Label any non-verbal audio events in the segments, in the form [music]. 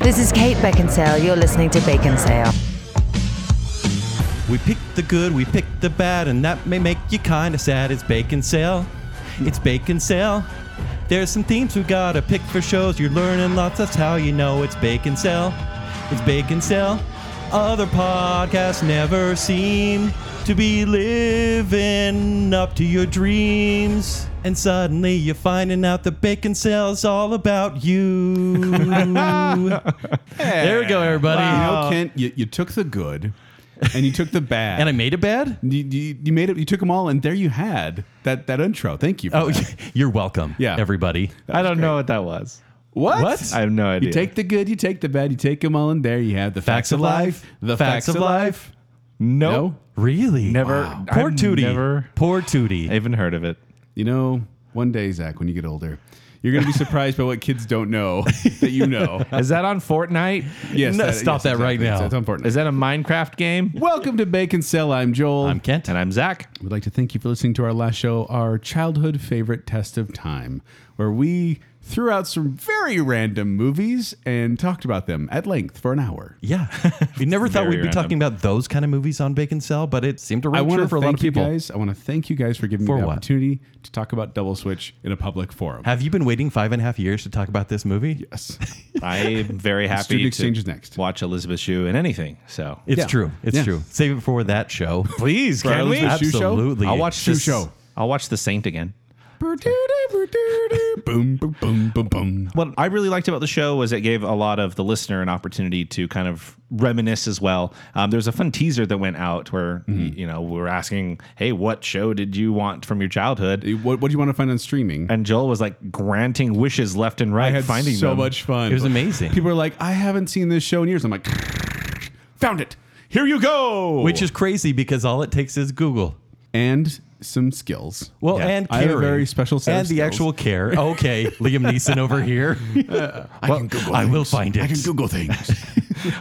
This is Kate Beckinsale. You're listening to Baconsale. We picked the good, we picked the bad, and that may make you kinda sad. It's bacon sale. It's bacon sale. There's some themes we gotta pick for shows. You're learning lots, that's how you know it's bacon sale. It's bacon sale. Other podcasts never seem to be living up to your dreams. And suddenly you're finding out the bacon sale's all about you. there we go, everybody. You know, Kent, you, you took the good and you took the bad. And I made it bad? [laughs] you, you, you made it. You took them all, and there you had that that intro. Thank you. For Oh, [laughs] that. you're welcome. Yeah. everybody. I don't know what that was. what? What? I have no idea. You take the good, you take the bad, you take them all, and there you have the facts, of life. The facts, of life. no, No, Really? never. Poor I've Tootie. Never Poor Tootie. even heard of it. you know, one day, Zach, when you get older, you're gonna be surprised by what kids don't know that [laughs] you know. Is that on Fortnite? Yes, No, stop that right now. It's, it's important. Is that a Minecraft game? Welcome to Bacon Cell. I'm Joel. I'm Kent. And I'm Zach. We'd like to thank you for listening to our last show, our childhood favorite test of time, where we threw out some very random movies and talked about them at length for an hour. [laughs] yeah, we never thought we'd Very be random. talking about those kind of movies on Bacon Cell, but it seemed to I ring want true to for a thank lot of you people. guys. I want to thank you guys for giving For me the what? opportunity to talk about Double Switch in a public forum. Have you been waiting five and a half years to talk about this movie? [laughs] yes, [laughs] I am very happy Student to Exchange is next. watch Elizabeth Shue in anything. So It's Yeah. true. It's Yeah. true. Save it for that [laughs] show. please, our can we? Elizabeth Shue show? Absolutely. I'll watch Shue this show. I'll watch The Saint again. boom, boom, boom, boom, boom. What I really liked about the show was it gave a lot of the listener an opportunity to kind of reminisce as well. Um, There's a fun teaser that went out where y- you know we were asking, "Hey, what show did you want from your childhood?" What, what do you want to find on streaming? And Joel was like granting wishes left and right, I had finding so them. much fun. It was amazing. People are like, I haven't seen this show in years. I'm like, found it. Here you go. Which is crazy because all it takes is Google. and some skills. Well, Yeah. and I have a caring. very special set of and the skills. actual care. [laughs] Okay, Liam Neeson over here. I can Google. I will find it. I can Google things.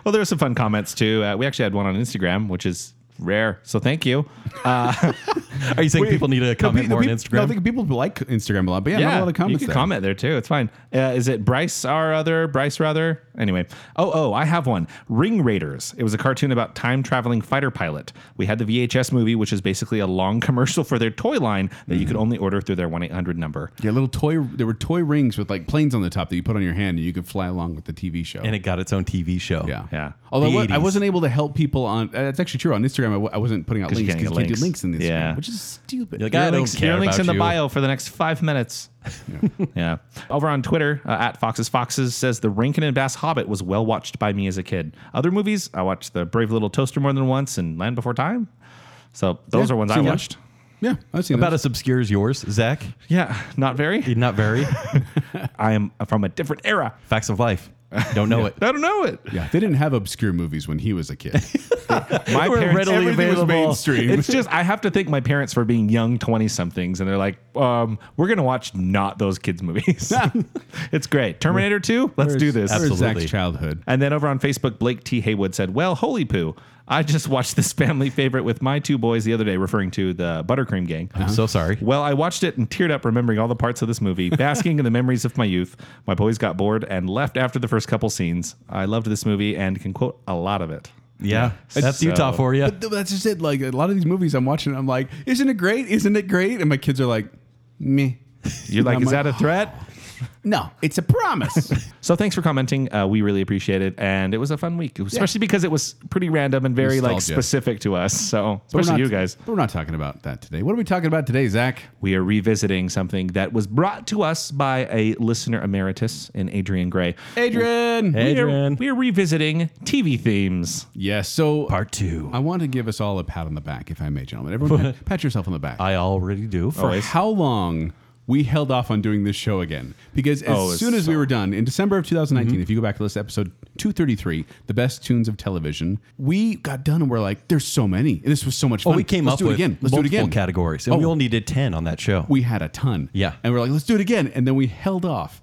Well, there were some fun comments too. Uh, we actually had one on Instagram, which is rare. So thank you. Uh, Are you saying people need to comment more on Instagram? No, I think people like Instagram a lot, but yeah, not a lot of comments. You can there. comment there too. It's fine. Uh, is it Bryce our other Bryce rather? Anyway. Oh oh, I have one. Ring Raiders. It was a cartoon about time traveling fighter pilot. We had the VHS movie, which is basically a long [laughs] commercial for their toy line that you could Mm-hmm. only order through their one eight hundred number. Yeah, little toy. There were toy rings with like planes on the top that you put on your hand, and you could fly along with the TV show. and it got its own TV show. yeah, Yeah. Although The what- I 80s. wasn't able to help people on. uh, That's actually true on Instagram. I w- I wasn't putting out 'Cause you links can't because you can't get do links. links in Instagram, Yeah. which is stupid. You're like, I your don't links, care your links about in the you. bio for the next five minutes. [laughs] Yeah. Over on Twitter, uh, at Foxes Foxes says the Rankin and Bass Hobbit was well watched by me as a kid. Other movies, I watched The Brave Little Toaster more than once and Land Before Time. So those Yeah, are ones I seen that. watched. Yeah, I've seen About those. as obscure as yours, Zach. Yeah, not very. Not [laughs] very. I am from a different era. Facts of life. Don't know it. I don't know [laughs] it. Yeah, they didn't have obscure movies when he was a [laughs] kid. My We're parents, readily everything was available. mainstream. It's just I have to thank my parents for being young twenty somethings, and they're like, um, "We're gonna watch not those kids [laughs] movies." it's great. Terminator Two. Let's do this. Where's Absolutely. Zach's childhood. And then over on Facebook, Blake T. Haywood said, Well, holy poo. I just watched this family favorite with my two boys the other day, referring to the Buttercream Gang. Uh-huh. I'm so sorry. Well, I watched it and teared up remembering all the parts of this movie, basking in the memories of my youth. My boys got bored and left after the first couple scenes. I loved this movie and can quote a lot of it. Yeah, that's So- Utah for you. uh, But th- that's just it. Like a lot of these movies I'm watching, I'm like, isn't it great? Isn't it great? And my kids are like, meh. You're like, I'm Is like, that a threat? No, it's a [laughs] promise. So thanks for commenting. Uh, we really appreciate it. And it was a fun week, especially because it was pretty random and very like Nostalgia. specific to us. So, But we're especially not- you guys. But we're not talking about that today. What are we talking about today, Zach? we are revisiting something that was brought to us by a listener emeritus in Adrian Gray. Adrian. Hey. Adrian. We are, we are revisiting TV themes. Yes. So Part two. I want to give us all a pat on the back, if I may, gentlemen. [laughs] Everyone, pat, pat yourself on the back. I already do. For how long we held off on doing this show again? Because as Oh, it's soon as we were done in December of 2019, Mm-hmm. if you go back to this episode 233, the best tunes of television, we got done and we're like, there's so many. And this was so much Oh, fun. we came Let's up do with it again. Let's do it multiple again. categories, and we Oh. all needed ten on that show. we had a ton. Yeah. And we're like, let's do it again. And then we held off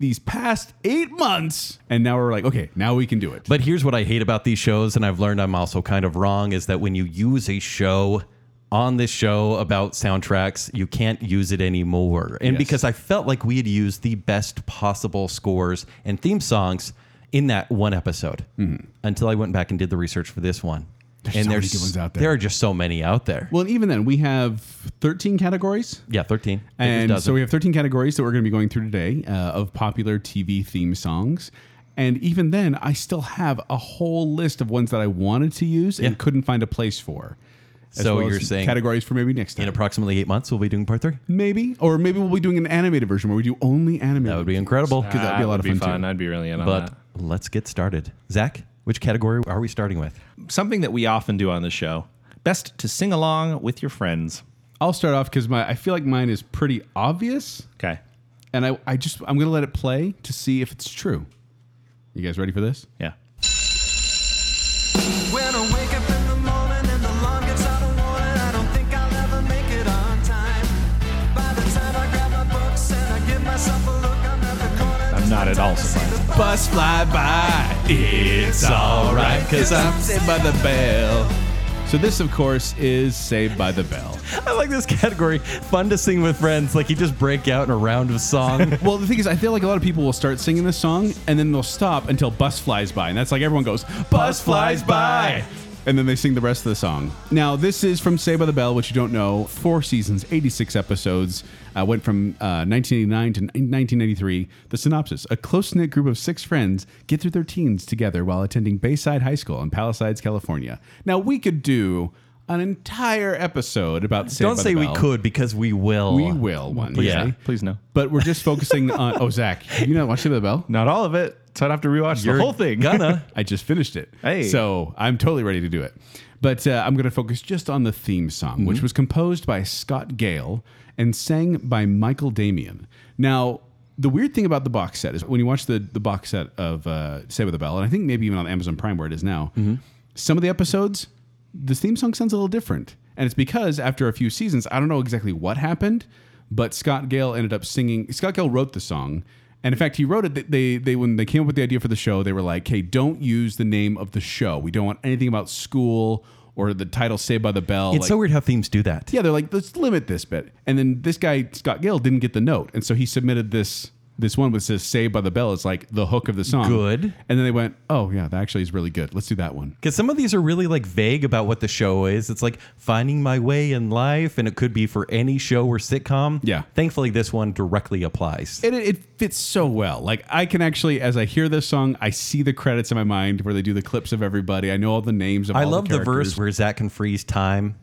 these past eight months. And now we're like, okay, now we can do it. but here's what I hate about these shows, and I've learned I'm also kind of wrong: is that when you use a show on this show about soundtracks, you can't use it anymore. And because I felt like we had used the best possible scores and theme songs. in that one episode until I went back and did the research for this one. Mm-hmm. There's so many good ones out there. There are just so many out there. Well, and even then, we have 13 categories. yeah, 13. There's a And dozen. so we have 13 categories that we're going to be going through today uh, of popular TV theme songs. And even then, I still have a whole list of ones that I wanted to use and Yeah. couldn't find a place for. As So as you're saying- categories for maybe next in time, approximately eight months, we'll be doing part three. maybe, or maybe we'll be doing an animated version where we do only animated. That would be versions. incredible. 'Cause that'd be a lot would of be fun, too. I'd be really in on But that. let's get started. Zach, which category are we starting with? Something that we often do on the show: best to sing along with your friends. I'll start off because my I feel like mine is pretty obvious, Okay. and I, I just I'm gonna let it play to see if it's true. You guys ready for this? Yeah. When I wake up in the morning and the alarm gets out of warning, I don't think I'll ever make it on time. By the time I grab my books and I give myself a look, I'm at the corner. I'm not at all surprised. Bus fly by, it's all right, cause I'm saved by the bell. So this, of course, is Saved by the Bell. I like this category. Fun to sing with friends. Like you just break out in a round of [laughs] song. Well, the thing is, I feel like a lot of people will start singing this song and then they'll stop until bus flies by, and that's like everyone goes bus flies by. And then they sing the rest of the song. Now, this is from Saved by the Bell, which you don't know. Four seasons, 86 episodes, uh, went from uh, 1989 to 1993. The synopsis A close knit group of six friends get through their teens together while attending Bayside High School in Palisades, California. Now, we could do an entire episode about Saved Don't by say the we Bell. could because we will. We will one Please day. no. Please no. But we're just focusing on. Oh, Zach, you not watch Saved by the [laughs] Bell? Not all of it. So I'd have to rewatch You're the whole thing. [laughs] Gonna. I just finished it. Hey. So I'm totally ready to do it. But uh, I'm going to focus just on the theme song, Mm-hmm. which was composed by Scott Gale and sang by Michael Damian. Now, the weird thing about the box set is when you watch the, the box set of uh, Say with a Bell, and I think maybe even on Amazon Prime where it is now, Mm-hmm. some of the episodes, the theme song sounds a little different. And it's because after a few seasons, I don't know exactly what happened, but Scott Gale ended up singing. Scott Gale wrote the song, and in fact, he wrote it. that They they when they came up with the idea for the show, they were like, "Hey, don't use the name of the show. We don't want anything about school or the title Saved by the Bell." It's Like- so weird how themes do that. Yeah, they're like, "Let's limit this bit." And then this guy Scott Gale didn't get the note, and so he submitted this this one which says "Saved by the Bell." It's like the hook of the song. Good. And then they went, "Oh yeah, that actually is really good. Let's do that one." Because some of these are really like vague about what the show is. It's like finding my way in life, and it could be for any show or sitcom. Yeah. Thankfully, this one directly applies. And it, it fits so well. Like I can actually, as I hear this song, I see the credits in my mind where they do the clips of everybody. I know all the names of. I all love the, characters. verse where Zach can freeze time.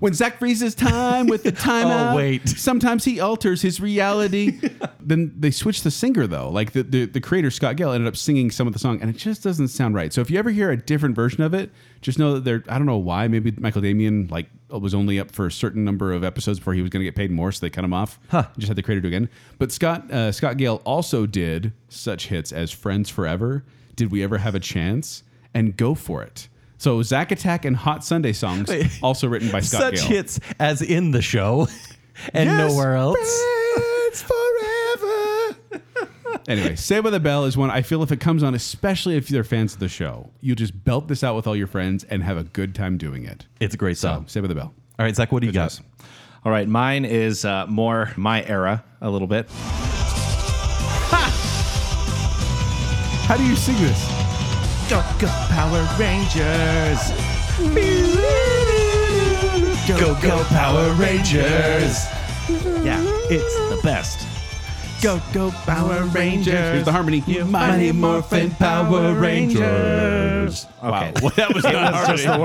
when Zach freezes time with [laughs] the timeout. wait. Sometimes he alters his reality. [laughs] then they switch the singer though. Like the, the the creator Scott Gale ended up singing some of the song, and it just doesn't sound right. So if you ever hear a different version of it, just know that they're. I don't know why. Maybe Michael Damian like was only up for a certain number of episodes before he was going to get paid more, so they cut him off. Huh. Just had the creator do it again. But Scott uh, Scott Gale also did such hits as Friends Forever. Did we ever have a chance? And go for it. So Zack Attack and Hot Sunday songs, [laughs] also written by Scott Such Gale. hits as in the show [laughs] and nowhere else. Friends forever. [laughs] anyway, Saved by the Bell is one I feel if it comes on, especially if you're fans of the show, you just belt this out with all your friends and have a good time doing it. It's a great So, song. Saved by the Bell. All right, Zach, what do you got? choice. All right, mine is uh, more my era a little bit. How do you sing this? Go, go, Power Rangers! Go, go, Power Rangers! Yeah, it's the best. Go, go, Power Rangers! Here's the harmony. Mighty Morphin Power Rangers. Wow, [laughs] Okay. well, that was not harmony. That's just the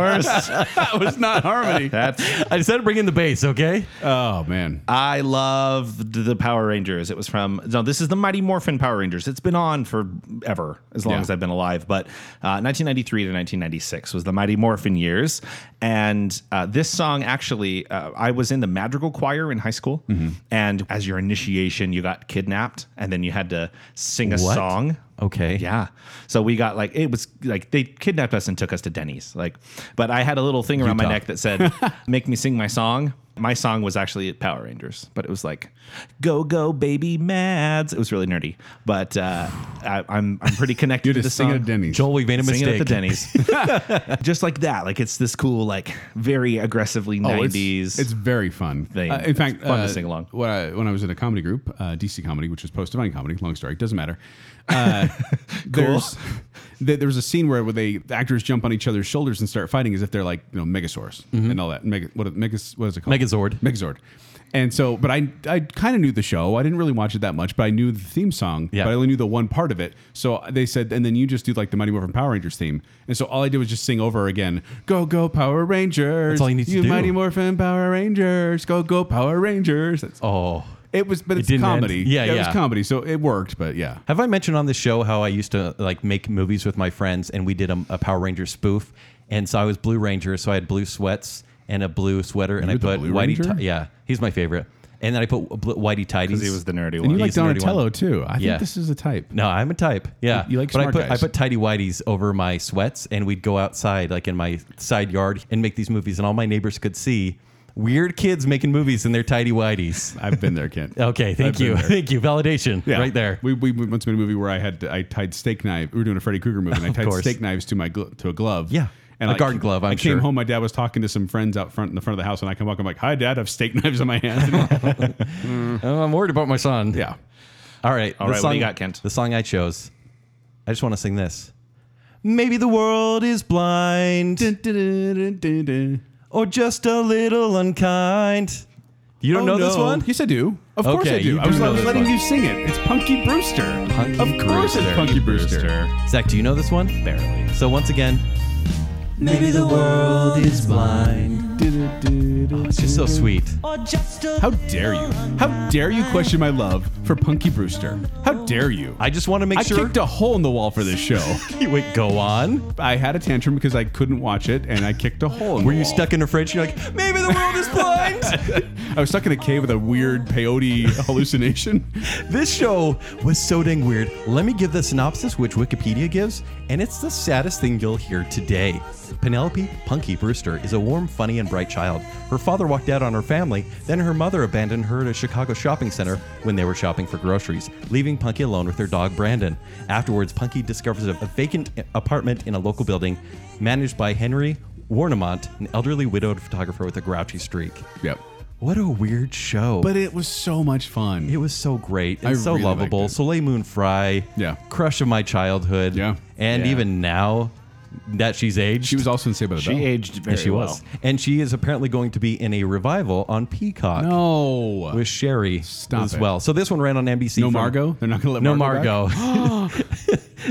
[laughs] worst. that was not harmony. [laughs] That's. I just had to bring in the bass, okay? Oh man. I loved the Power Rangers. It was from no, this is the Mighty Morphin Power Rangers. It's been on forever, as long Yeah. as I've been alive. But uh, 1993 to 1996 was the Mighty Morphin years, and uh, this song actually, uh, I was in the Madrigal Choir in high school, and as your initiation, you got kidnapped, and then you had to sing a What? song. Okay. [laughs] Yeah. So we got like it was like they kidnapped us and took us to Denny's. Like, but I had a little thing around my Utah. neck that said, "Make me sing my song." My song was actually Power Rangers, but it was like, "Go go baby Mads." It was really nerdy, but uh, I, I'm I'm pretty connected You're to the just singing song. at Denny's. Joel, we made a Singing at mistake. the Denny's, [laughs] just like that. Like it's this cool, like very aggressively Oh, it's- '90s. It's, very fun. thing. Uh, in It's fact, fun to uh, sing along. When I, when I was in a comedy group, uh, DC comedy, which was post divine comedy, long story, doesn't [laughs] matter. Uh, There's there, there was a scene where, where they the actors jump on each other's shoulders and start fighting as if they're like you know Megasaurus Mm-hmm. and all that. Mega what Megas what is it called? Megazord. Megazord. And so, but I I kind of knew the show. I didn't really watch it that much, but I knew the theme song. Yeah. But I only knew the one part of it. So they said, and then you just do like the Mighty Morphin Power Rangers theme. And so all I did was just sing over again. Go go Power Rangers. That's all you need to do. Mighty Morphin Power Rangers. Go go Power Rangers. That's Oh. It was, but it's didn't end. comedy. Yeah, It was yeah. comedy, so it worked. But yeah, Have I mentioned on the show how I used to like make movies with my friends and we did a, a Power Ranger spoof, and so I was Blue Ranger, so I had blue sweats and a blue sweater, and You I were the put Blue Whitey. Ranger? Ti- yeah, he's my favorite, and then I put bl- Whitey tidies. he was the nerdy and one. you like he's the nerdy Donatello one. too. I Yeah. think this is a type. No, I'm a type. Yeah, You like but I smart put I guys. put tidy whities over my sweats, and we'd go outside, like in my side yard, and make these movies, and all my neighbors could see weird kids making movies in their tidy whities. I've been there, [laughs] Kent. Okay, thank I've been you, [laughs] there. thank you, validation, Oh, Yeah. right there. We, we once made a movie where I had I tied steak knife. We were doing a Freddy Krueger movie, and I tied course. steak knives to my gl- to a glove. Yeah. and A I- garden glove, I'm I came sure. home. My dad was talking to some friends out front in the front of the house, and I come walk. I'm like, "Hi, Dad. I have steak [laughs] knives in my [laughs] hands." Oh, I'm worried about my son. yeah, All right. All the right, what do you got, Kent? The song I chose. I just want to sing this. Maybe the world is blind or just a little unkind. You don't know this one? Oh, Yes, I do. Of course Okay, I do. you I was do know like this letting one. you sing it. It's Punky Brewster. Punky of course Brewster. it's Punky Brewster. Zach, do you know this one? Barely. So once again. Maybe the world is blind. It's just so sweet. How dare you? How dare you question my love for Punky Brewster? How dare you? I just want to make I sure. kicked a hole in the wall for [laughs] this show. Wait, go on. I had a tantrum because I couldn't watch it and I kicked a hole. In Were the you wall. stuck in a fridge? You're like, maybe the world is blind. I was stuck in a cave with a weird [laughs] peyote hallucination. This show was so dang weird. Let me give the synopsis, which Wikipedia gives, and it's the saddest thing you'll hear today. Penelope Punky Brewster is a warm, funny, and bright child. Her father walked out on her family, then her mother abandoned her at a Chicago shopping center when they were shopping for groceries, leaving Punky alone with her dog Brandon. Afterwards, Punky discovers a a vacant apartment in a local building managed by Henry Warnemont, an elderly widowed photographer with a grouchy streak. yep. What a weird show. But it was so much fun. It was so great and I so really liked lovable. it. Soleil Moon Frye, Yeah. crush of my childhood. Yeah. And Yeah. even now that she's aged. she was also in Saved by the Bell. She aged very Yes, she was. And she is apparently going to be in a revival on Peacock No. with Sherry Stop as it. well. So this one ran on NBC. no from- Margot. They're not gonna let No Margot. [laughs] Margot. back?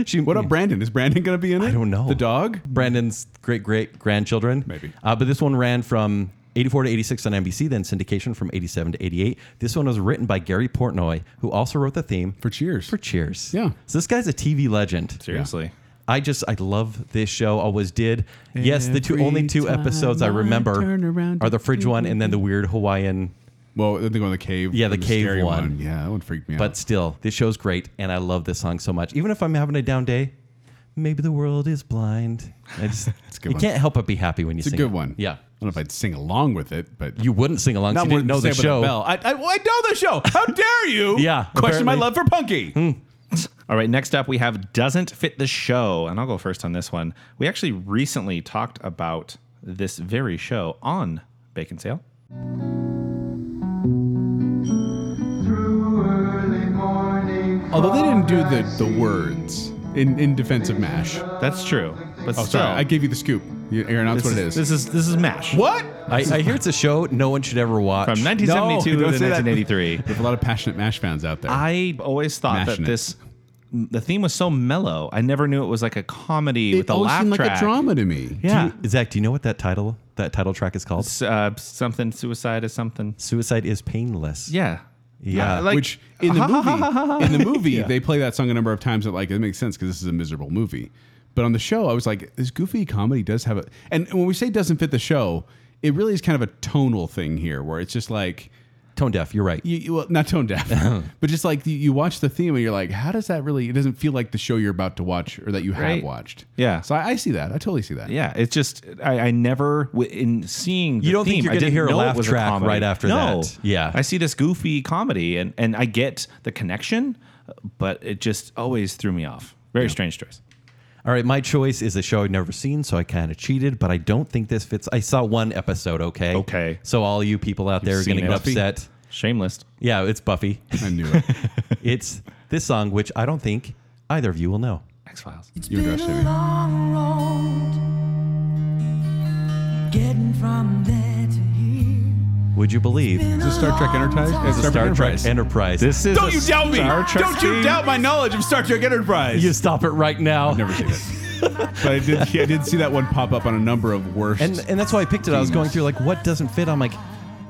she, What about Brandon? Is Brandon gonna be in it? I don't know. The dog. Brandon's great great grandchildren. Maybe. Uh, but this one ran from 84 to 86 on NBC, then syndication from 87 to 88. This one was written by Gary Portnoy, who also wrote the theme For Cheers. For Cheers. Yeah. So this guy's a TV legend. Seriously. I just I love this show. Always did. yes, the two Every only two time episodes I I remember turn around are the fridge one and then the weird Hawaiian. Well, then they go in the cave. Yeah, the cave scary one. Yeah, that one freaked me out. But still, this show's great, and I love this song so much. Even if I'm having a down day, maybe the world is blind. I [laughs] just a good you one. can't help but be happy when you it's a sing good it. one. Yeah. I don't know if I'd sing along with it, but You wouldn't sing along. so you didn't know the Saved by show. Bell. I, I, well, I know the show. [laughs] How dare you? Yeah, Question apparently. my Hmm. love for Punky. All right, next up we have Doesn't Fit the Show, and I'll go first on this one. We actually recently talked about this very show on Bacon Sale. Although they didn't do the, the words in, in defense of MASH. Oh, That's true. But Oh, still, sorry. I gave you the scoop. You- Aaron, that's this what it is. This is this is MASH. what? I, I hear it's a show no one should ever watch. From 1972 No, to don't say that. 1983. There's a lot of passionate MASH fans out there. I always thought Mashing that it. this the theme was so mellow. I never knew it was like a comedy oh, it with a always laugh seemed like track. a drama to me. Yeah. Do you- Zach, do you know what that title that title track is called? S- uh, something suicide is something. Suicide is painless. Yeah. Yeah. Uh, like, Which in the movie, in the movie, they play that song a number of times. That like it makes sense because this is a miserable movie. But on the show, I was like, this goofy comedy does have a. And when we say doesn't fit the show, it really is kind of a tonal thing here, where it's just like Tone deaf. You're right. you, you- well, not tone deaf, but just like you, you watch the theme and you're like, how does that really? It doesn't feel like the show you're about to watch or that you Right. have watched. Yeah. so I, I see that. I totally see that. Yeah, it's just I, I never w- in seeing the You don't think theme, you're I gonna didn't hear a know it laugh was track comedy. right after no. that. Yeah. I see this goofy comedy and and I get the connection, but it just always threw me off. Very strange choice. All right, my choice is a show I've never seen, so I kind of cheated, but I don't think this fits. I saw one episode, okay? Okay. So all you people out there are seen getting it. upset. Shameless. Yeah, it's [laughs] Buffy. I knew it. it's this song, which I don't think either of you will know. X Files. you go, Stevie. long road getting from there to here. Would you believe? Is this Star Trek Enterprise? Is it Star Trek Enterprise? Enterprise. This is Don't a you doubt me! Star Trek Don't you theme. doubt my knowledge of Star Trek Enterprise! you stop it right now. Never seen it. but I did. I did see that one pop up on a number of worst. and and that's why I picked it. I was going through like what doesn't fit. I'm like,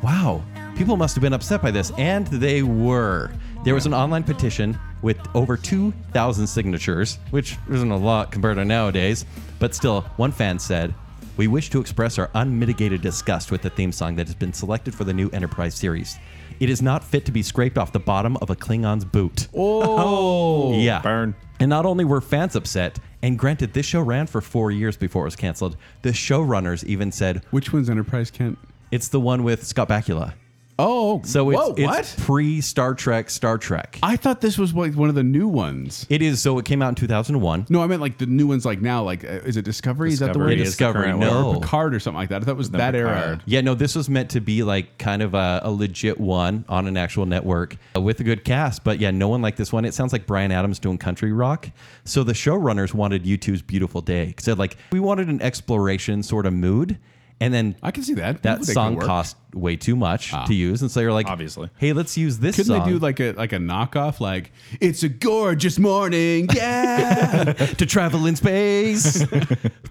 wow, people must have been upset by this, and they were. There was an online petition with over 2,000 signatures, which isn't a lot compared to nowadays, but still, one fan said, "We wish to express our unmitigated disgust with the theme song that has been selected for the new Enterprise series. It is not fit to be scraped off the bottom of a Klingon's boot." oh, Yeah. burn. And not only were fans upset, and granted, this show ran for four years before it was canceled, the showrunners even said, which one's Enterprise, Kent? it's the one with Scott Bakula. Oh, So it's, whoa, what? pre Star Trek, Star Trek. I thought this was like one of the new ones. It is, so it came out in 2001. No, I meant like the new ones. Like now, like uh, is it Discovery? Is that the Discovery word? is the Discovery, current no. one. Or Picard or something like that. I thought it was that era. Picard. Yeah, no, this was meant to be like kind of a, a legit one on an actual network uh, with a good cast. But yeah, no one liked this one. It sounds like Brian Adams doing country rock. So the showrunners wanted U2's Beautiful Day. Said, like, we wanted an exploration sort of mood. And then I can see that. that would make it song work. Ah, cost way too much to use. And so you're like, Obviously. hey, let's use this Couldn't song they do like a like a knockoff? Like it's a gorgeous [laughs] morning. Yeah. to travel in space.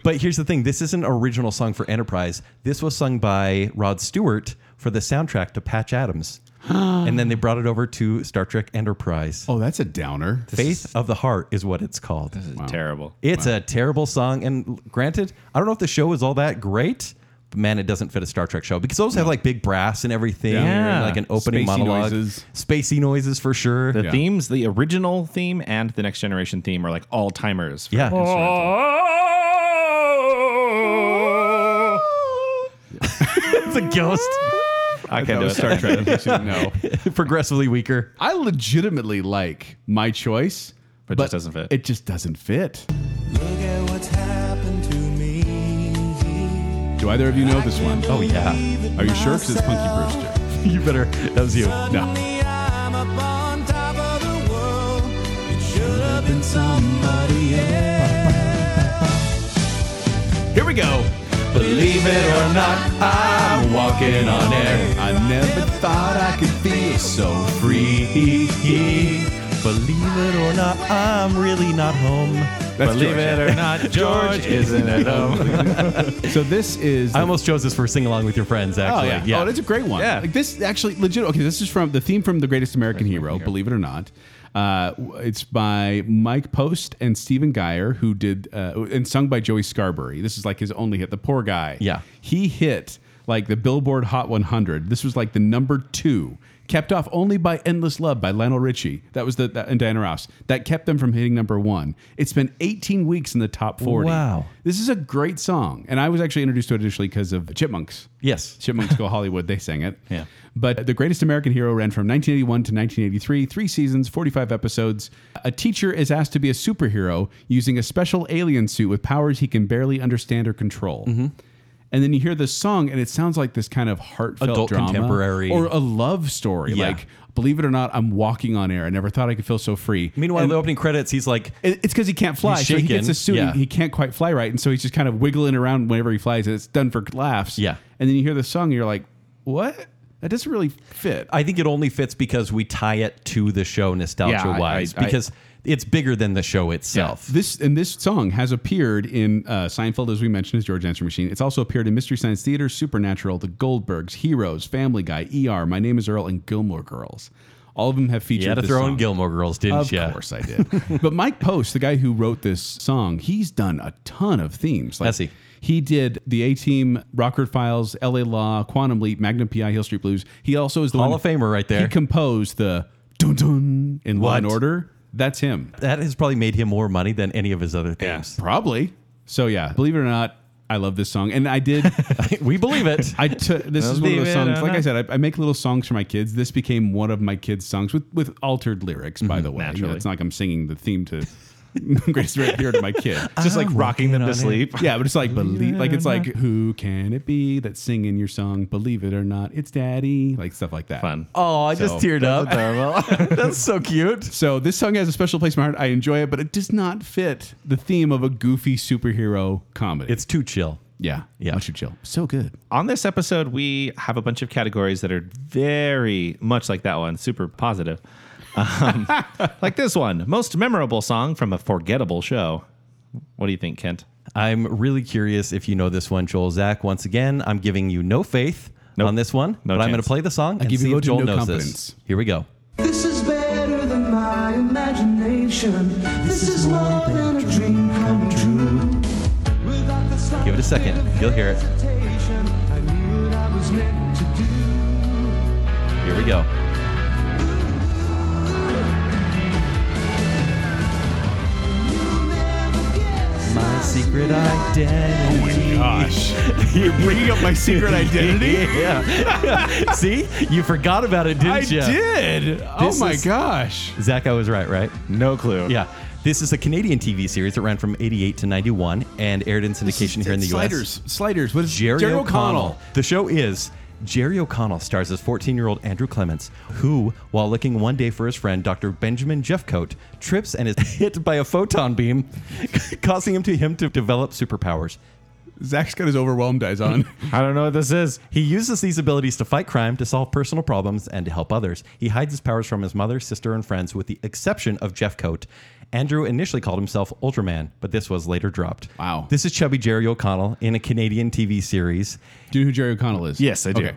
but here's the thing this is an original song for Enterprise. This was sung by Rod Stewart for the soundtrack to Patch Adams. and then they brought it over to Star Trek Enterprise. oh, that's a downer. Faith of the Heart is what it's called. Terrible. It's a terrible song. And granted, I don't know if the show is all that great. But man, it doesn't fit a Star Trek show because those have like big brass and everything, Yeah. and like an opening Spacey monologue, noises. spacey noises for sure. The Yeah. themes, the original theme and the next generation theme are like all timers. Yeah. [laughs] it's a ghost. [laughs] I can That do was Star it. Trek. [laughs] no. Progressively weaker. I legitimately like my choice, But it just doesn't fit. It just doesn't fit. Look at what's happened to me. Do either of you know this one? Oh, yeah. Are you sure? Because it's Punky Brewster. [laughs] You better. That was you. Suddenly I'm up on top of the world. It should have been somebody else. Here we go. Believe it or not, I'm walking on air. I never thought I could feel so free. Believe it or not, I'm really not home. That's Believe it or [laughs] not, George isn't at home. [laughs] So this is. I almost chose this for sing along with your friends. Actually, Oh, yeah. Oh, that's a great one. Yeah. Like this actually legit. Okay, this is from the theme from The Greatest American Hero, believe it or not. Uh, w- it's by Mike Post and Stephen Geyer, who did uh, and sung by Joey Scarberry. This is like his only hit. The poor guy. Yeah. he hit like the Billboard Hot 100. This was like the number two, kept off only by "Endless Love" by Lionel Richie. That was the that, and Diana Ross that kept them from hitting number one. It's been 18 weeks in the top 40. Wow. this is a great song, and I was actually introduced to it initially because of Chipmunks. yes. Chipmunks Go Hollywood, they sang it. Yeah. But The Greatest American Hero ran from 1981 to 1983, three seasons, 45 episodes. A teacher is asked to be a superhero using a special alien suit with powers he can barely understand or control. Mm-hmm. And then you hear this song, and it sounds like this kind of heartfelt Adult drama contemporary. or a love story. Yeah. Like, believe it or not, I'm walking on air. I never thought I could feel so free. Meanwhile, And- the opening credits, he's like, it- it's because he can't fly. He's so he gets shaken, a suit. and yeah. He can't quite fly right, and so he's just kind of wiggling around whenever he flies. And it's done for laughs. Yeah. And then you hear the song, and you're like, "What? That doesn't really fit." I think it only fits because we tie it to the show nostalgia Yeah, I- wise I- I- because it's bigger than the show itself. This and this song has appeared in uh, Seinfeld, as we mentioned, as George Answer Machine. It's also appeared in Mystery Science E Theater, Supernatural, The Goldbergs, Heroes, Family Guy, ER, My Name Is Earl, and Gilmore Girls. All of them have featured. You had to this throw in song. Gilmore Girls, didn't Of you? course I did. [laughs] but Mike Post, the guy who wrote this song, he's done a ton of themes. Has he? He did the A Team, Rockford Files, L.A. Law, Quantum Leap, Magnum PI, Hill Street Blues. He also is the Hall one- of Famer right there. He composed the dun dun in Law and What? Order. That's him, That has probably made him more money than any of his other themes. probably. So yeah, believe it or not, I love this song, and [laughs] I did. we believe it. [laughs] I took this is one of Believe those it songs. or Like I not. said, I, I make little songs for my kids. This became one of my kids' songs with with altered lyrics. By the way, You know, naturally. it's not like I'm singing the theme to [laughs] Greatest Red Hero to my kid. It's just like rocking them to sleep. Yeah, but it's like believe, like it's like who can it be that's singing your song? Believe it or not, it's Daddy. Like stuff like that. Fun. oh, I So- just teared up. [laughs] That's so cute. So this song has a special place in my heart. I enjoy it, but it does not fit the theme of a goofy superhero comedy. It's too chill. yeah, Yeah. Watch you chill. So good. On this episode, we have a bunch of categories that are very much like that one, super positive. [laughs] Um, like this one, most memorable song from a forgettable show. What do you think, Kent? I'm really curious if you know this one, Joel. Zach, once again, I'm giving you no faith Nope. on this one, No but I'm going chance. to play the song and give you see if vote of Joel no knows confidence. this. Here we go. This is better than my imagination. This is more than a dream come true. Give it a second. You'll hear it. I knew what I was meant to do. Here we go. You'll never guess My secret identity. Gosh, you're [laughs] bringing up [laughs] my secret identity. yeah. [laughs] see, you forgot about it, didn't I you? did. oh This my is- gosh. Zach, I was right, right? No clue. Yeah. This is a Canadian TV series that ran from 88 to 91 and aired in syndication here in the US. Sliders. Sliders. What is Jerry, O'Connell. The show is Jerry O'Connell stars as 14 year old Andrew Clements, who, while looking one day for his friend Dr. Benjamin Jeffcoat, trips and is [laughs] hit by a photon beam, [laughs] causing him to him to develop superpowers. Zach's got his overwhelmed eyes [laughs] on. I don't know what this is. He uses these abilities to fight crime, to solve personal problems, and to help others. He hides his powers from his mother, sister, and friends, with the exception of Jeffcoat. Andrew initially called himself Ultraman, but this was later dropped. Wow. This is chubby Jerry O'Connell in a Canadian TV series. do you know who Jerry O'Connell is? Yes, I do.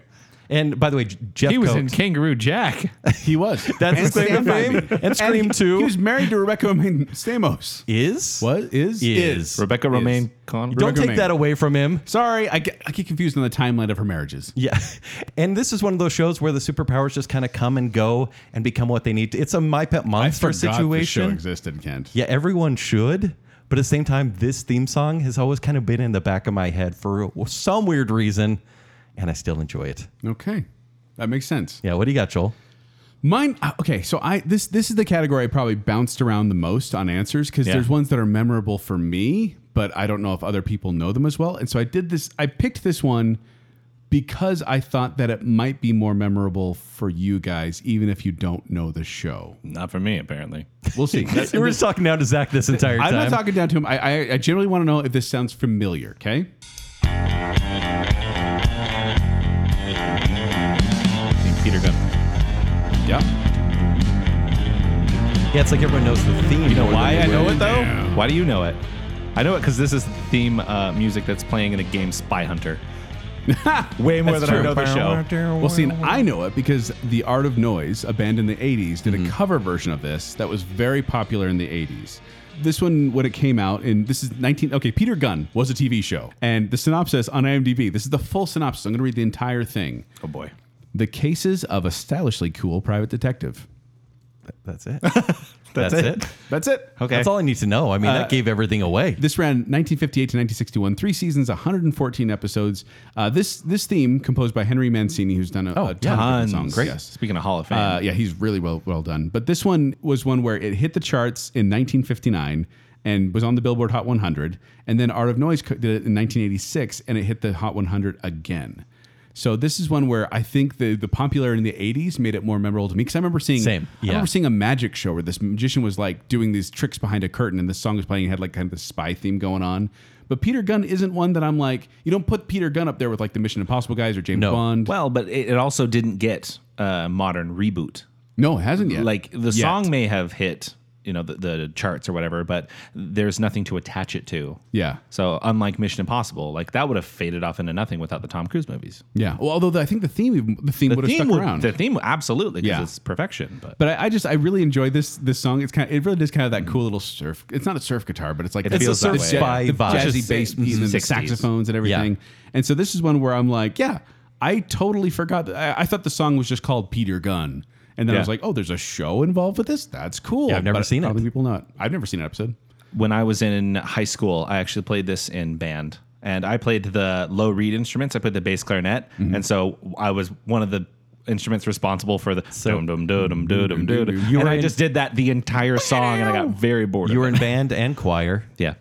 And by the way, Jeff He was in Kangaroo Jack. He was. [laughs] That's his claim to Stand By fame. Me. And Scream he- too. He was married to Rebecca Romaine Stamos. is What is Is. Rebecca Romaine Con- Don't Rebecca take Romaine. that away from him. Sorry, I get, I get confused on the timeline of her marriages. Yeah. And this is one of those shows where the superpowers just kind of come and go and become what they need to. It's a My Pet Monster This show situation. existed, Kent. Yeah, everyone should. But at the same time, this theme song has always kind of been in the back of my head for some weird reason. And I still enjoy it. Okay, that makes sense. Yeah, what do you got, Joel? Mine. uh, Okay, so I this this is the category I probably bounced around the most on answers because Yeah. there's ones that are memorable for me, but I don't know if other people know them as well. And so I did this. I picked this one because I thought that it might be more memorable for you guys, even if you don't know the show. Not for me, apparently. We'll [laughs] see. That's- You were just talking down to Zach this entire time. I'm not talking down to him. I, I, I generally want to know if this sounds familiar. Okay. Peter Gunn. Yeah. yeah, it's like everyone knows the theme. You know why I know it though? Yeah. Why do you know it? I know it because this is the theme uh, music that's playing in the game Spy [laughs] Hunter. Way more than I know the show. Well, see, and I know it because the Art of Noise, a band in the '80s, did Mm-hmm. a cover version of this that was very popular in the '80s. This one, when it came out, and this is 19. Okay, Peter Gunn was a TV show, and the synopsis on IMDb. This is the full synopsis. I'm going to read the entire thing. Oh boy. The cases of a stylishly cool private detective. That's it. That's, it. Uh, That's it. Okay. That's all I need to know. I mean, that gave everything away. This ran 1958 to 1961, three seasons, 114 episodes. Uh, this this theme composed by Henry Mancini, who's done a, a ton of different Oh, Tons. songs. Great. yes. Speaking of Hall of Fame. Uh, yeah, he's really well well done. But this one was one where it hit the charts in 1959 and was on the Billboard Hot 100, and then Art of Noise co- did it in 1986, and it hit the Hot 100 again. So this is one where I think the the popularity in the 80s made it more memorable to me because I remember seeing Same, I yeah. remember seeing a magic show where this magician was like doing these tricks behind a curtain, and this song was playing and had like kind of the spy theme going on. But Peter Gunn isn't one that I'm like. You don't put Peter Gunn up there with like the Mission Impossible guys or James No. Bond. well, but it, it also didn't get a modern reboot. no, it hasn't yet. Like the Yet. song may have hit you know the, the charts or whatever, but there's nothing to attach it to. Yeah. So unlike Mission Impossible, like that would have faded off into nothing without the Tom Cruise movies. Yeah. Well, although the, I think the theme the theme The would have theme, stuck would, around. the theme, absolutely, because Yeah. it's perfection. But, but I, I just I really enjoy this this song. It's kind of, it really is kind of that cool little surf. It's not a surf guitar, but it's like It the- feels the that surf way. spy Yeah. vibe. Just jazzy bass say- piece and the 60s. saxophones and everything. And so this is one where I'm like, yeah, I totally forgot. that- I, I thought the song was just called Peter Gunn, and then I Yeah. was like, oh, there's a show involved with this. That's cool. Yeah, I've never But seen it. Probably people not. I've never seen an episode. when I was in high school, I actually played this in band. And I played the low reed instruments. I played the bass clarinet. Mm-hmm. And so I was one of the instruments responsible for the dum dum dum dum dum dum dum. dum. You And were I in- just did that the entire song and I [laughs] got very bored. You of were in it. band and choir. Yeah.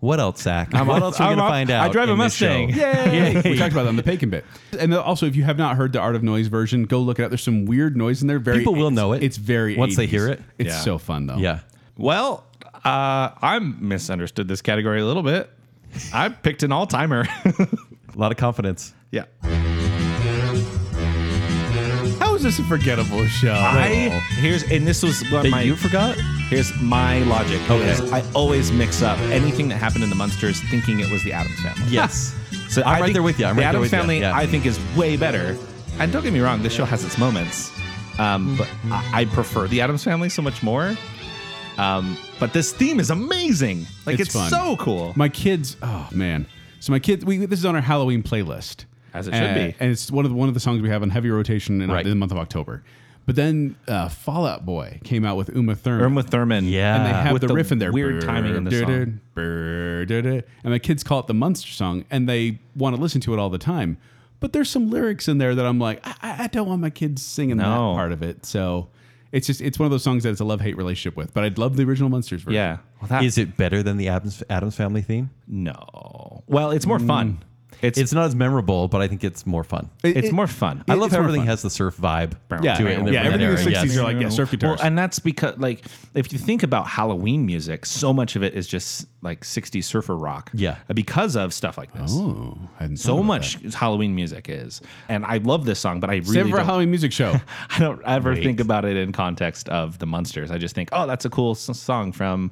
What else, Zach? what else are we going I'm to up- find out? I drive a in this Mustang. show? Yay. [laughs] We talked about that on the Pagan bit. And then also, if you have not heard the Art of Noise version, go look it up. There's some weird noise in there. Very People will know it It's very once they 80s. hear it. It's Yeah. so fun though. Yeah. Well, uh, I misunderstood this category a little bit. I picked an all [laughs] timer. A lot of confidence. yeah. How is this a forgettable show? I here's and this was what That my you forgot? Here's my logic. Okay. is I always mix up anything that happened in the Munsters, thinking it was the Adams [laughs] family. Yes. So I'm I right think there with you. I'm the right there Adams with you. family, Yeah. I think, is way better. And don't get me wrong, this show has its moments, Mm. um, but I, I prefer the Adams family so much more. Um, but this theme is amazing. Like it's, fun. so cool. My kids, oh man. So my kids, we this is on our Halloween playlist, As it should Uh, be. and it's one of the, one of the songs we have on heavy rotation in, Right. in the month of October. But then uh, Fallout Boy came out with Uma Thurman, Irma Thurman. Yeah. and they have Uh, with the, the riff in there, weird timing in the Brr, song. brr, brr, brr. and my kids call it the Munster song, and they want to listen to it all the time. But there's some lyrics in there that I'm like, I- I, I don't want my kids singing No. that part of it. So it's just it's one of those songs that it's a love hate relationship with. But I'd love the original Munsters version. Yeah. Well, that, Is it better than the Adams, Adams family theme? no. Well, it's more fun. It's It's not as memorable, but I think it's more fun. It- it's it- more fun. I love it's how more everything fun. has the surf vibe Yeah, to it. in the- yeah, in that everything in the area, yes. 60s are like, yeah, surf guitars. Well, and that's because, like, if you think about Halloween music, so much of it is just like 60s surfer rock. Uh, Yeah. Because of stuff like this. Oh, I hadn't thought So about much Halloween music is. And I love this song, but I Save really it for a don't, Halloween music [laughs] show. I don't ever think about it in context of the Munsters. I just think, oh, that's a cool s- song from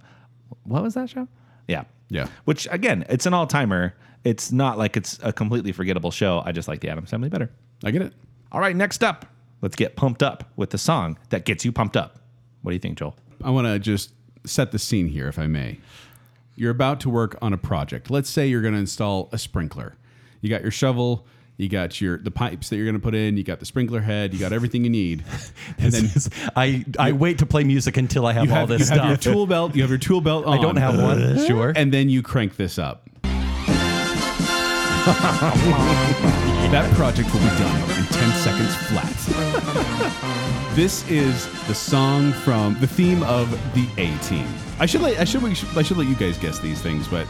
what was that show? Yeah. Yeah. Which, again, it's an all timer. It's not like it's a completely forgettable show. I just like the Adams Family better. I get it. All right, next up, let's get pumped up with the song that gets you pumped up. What do you think, Joel? I want to just set the scene here, if I may. You're about to work on a project. Let's say you're going to install a sprinkler. You got your shovel. You got your the pipes that you're going to put in. You got the sprinkler head. You got everything you [laughs] need. And then This is- [laughs] I, I wait to play music until I have, you have, all this you have your stuff. tool belt. You have your tool belt on. I [laughs] don't have one. Sure. And then you crank this up. that project will be done in 10 seconds flat. this is the song from the theme of the A Team. I should let I should, we should I should let you guys guess these things, but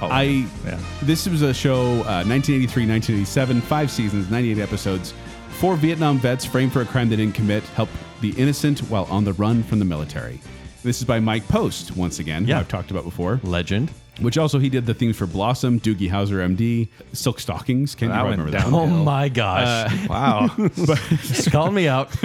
I yeah. this was a show uh, 1983, 1987, five seasons, 98 episodes. Four Vietnam vets framed for a crime they didn't commit help the innocent while on the run from the military. This is by Mike Post once again. who Yeah. I've talked about before Legend. which also he did the themes for Blossom, Doogie Howser, MD, Silk Stockings. Can you That remember went that? down. one? Oh my gosh. [laughs] Uh, [laughs] Wow. Call me out. [laughs]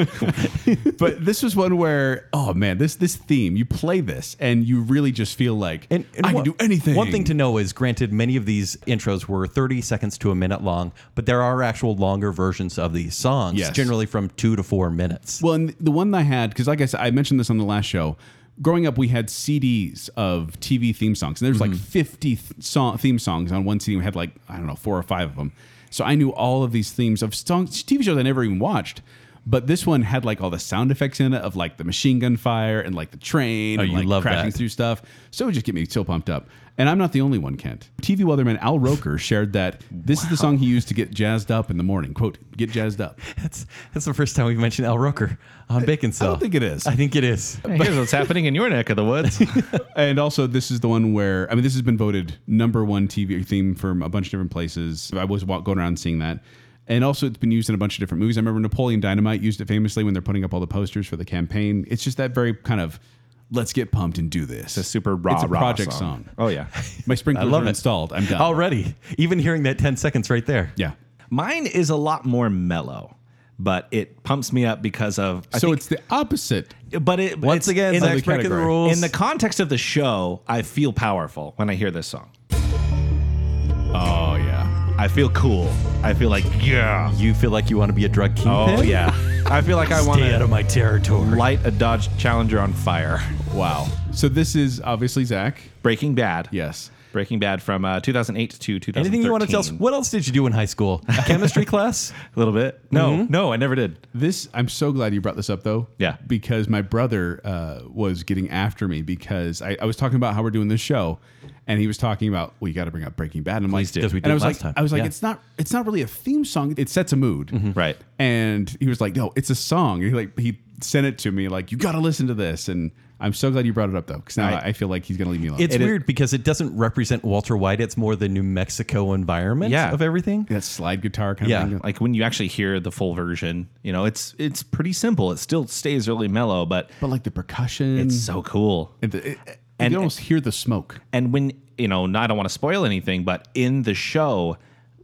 But this was one where, oh man, this this theme, you play this and you really just feel like I one- can do anything. One thing to know is, granted, many of these intros were 30 seconds to a minute long, but there are actual longer versions of these songs, Yes. generally from two to four minutes. Well, and the one I had, because like I said, I mentioned this on the last show. Growing up, we had CDs of TV theme songs, and there's Mm-hmm. like 50 th- song, theme songs on one CD. We had like I don't know four or five of them, so I knew all of these themes of songs, TV shows I never even watched. But this one had like all the sound effects in it of like the machine gun fire and like the train, Oh, and, you like love crashing that. through stuff. So it would just get me so pumped up. And I'm not the only one, Kent. TV weatherman Al Roker shared that this is the song he used to get jazzed up in the morning. Quote: "Get jazzed up." That's that's the first time we've mentioned Al Roker on Bacon Cell. think it is. I think it is. Here's what's happening in your neck of the woods. And also, this is the one where I mean, this has been voted number one TV theme from a bunch of different places. I was wa- going around seeing that, and also it's been used in a bunch of different movies. I remember Napoleon Dynamite used it famously when they're putting up all the posters for the campaign. It's just that very kind of let's get pumped and do this. The super raw, It's a raw project song. Oh, yeah. My sprinklers love are it. installed. I'm done. Already, even hearing that 10 seconds right there. Yeah. Mine is a lot more mellow, but it pumps me up because of. I so think- it's the opposite. but it Once it's- again, in Zach's the- breaking the rules. In the context of the show, I feel powerful when I hear this song. Oh yeah. I feel cool. I feel like yeah. You feel like you want to be a drug kingpin? Oh yeah. I feel like I want Stay out of to my territory. light a Dodge Challenger on fire. Wow. So this is obviously Zach. Breaking Bad. Yes. Breaking Bad from uh, 2008 to 2013. Anything you want to tell us? [laughs] What else did you do in high school? Chemistry class? Mm-hmm. A little bit. No, no, I never did. This I'm so glad you brought this up though. Yeah. Because my brother uh, was getting after me because I, I was talking about how we're doing this show, and he was talking about well you got to bring up Breaking Bad. And I'm like, do. Because we did and I was last time. like, I was like, Yeah. Mm-hmm. it's not it's not really a theme song. It sets a mood, Right. And he was like, no, it's a song. And he like he sent it to me like you got to listen to this. And I'm so glad you brought it up though because now Right. I, feel like he's gonna leave me alone. It's It is- weird because it doesn't represent Walter White. It's more the New Mexico environment Yeah. of everything. that slide guitar kind Yeah, of thing. Like when you actually hear the full version, you know, it's it's pretty simple. It still stays really mellow, but but like the percussion. Mm. it's so cool. and, the, it, it- And- you almost hear the smoke. And when, you know, I don't want to spoil anything, but in the show,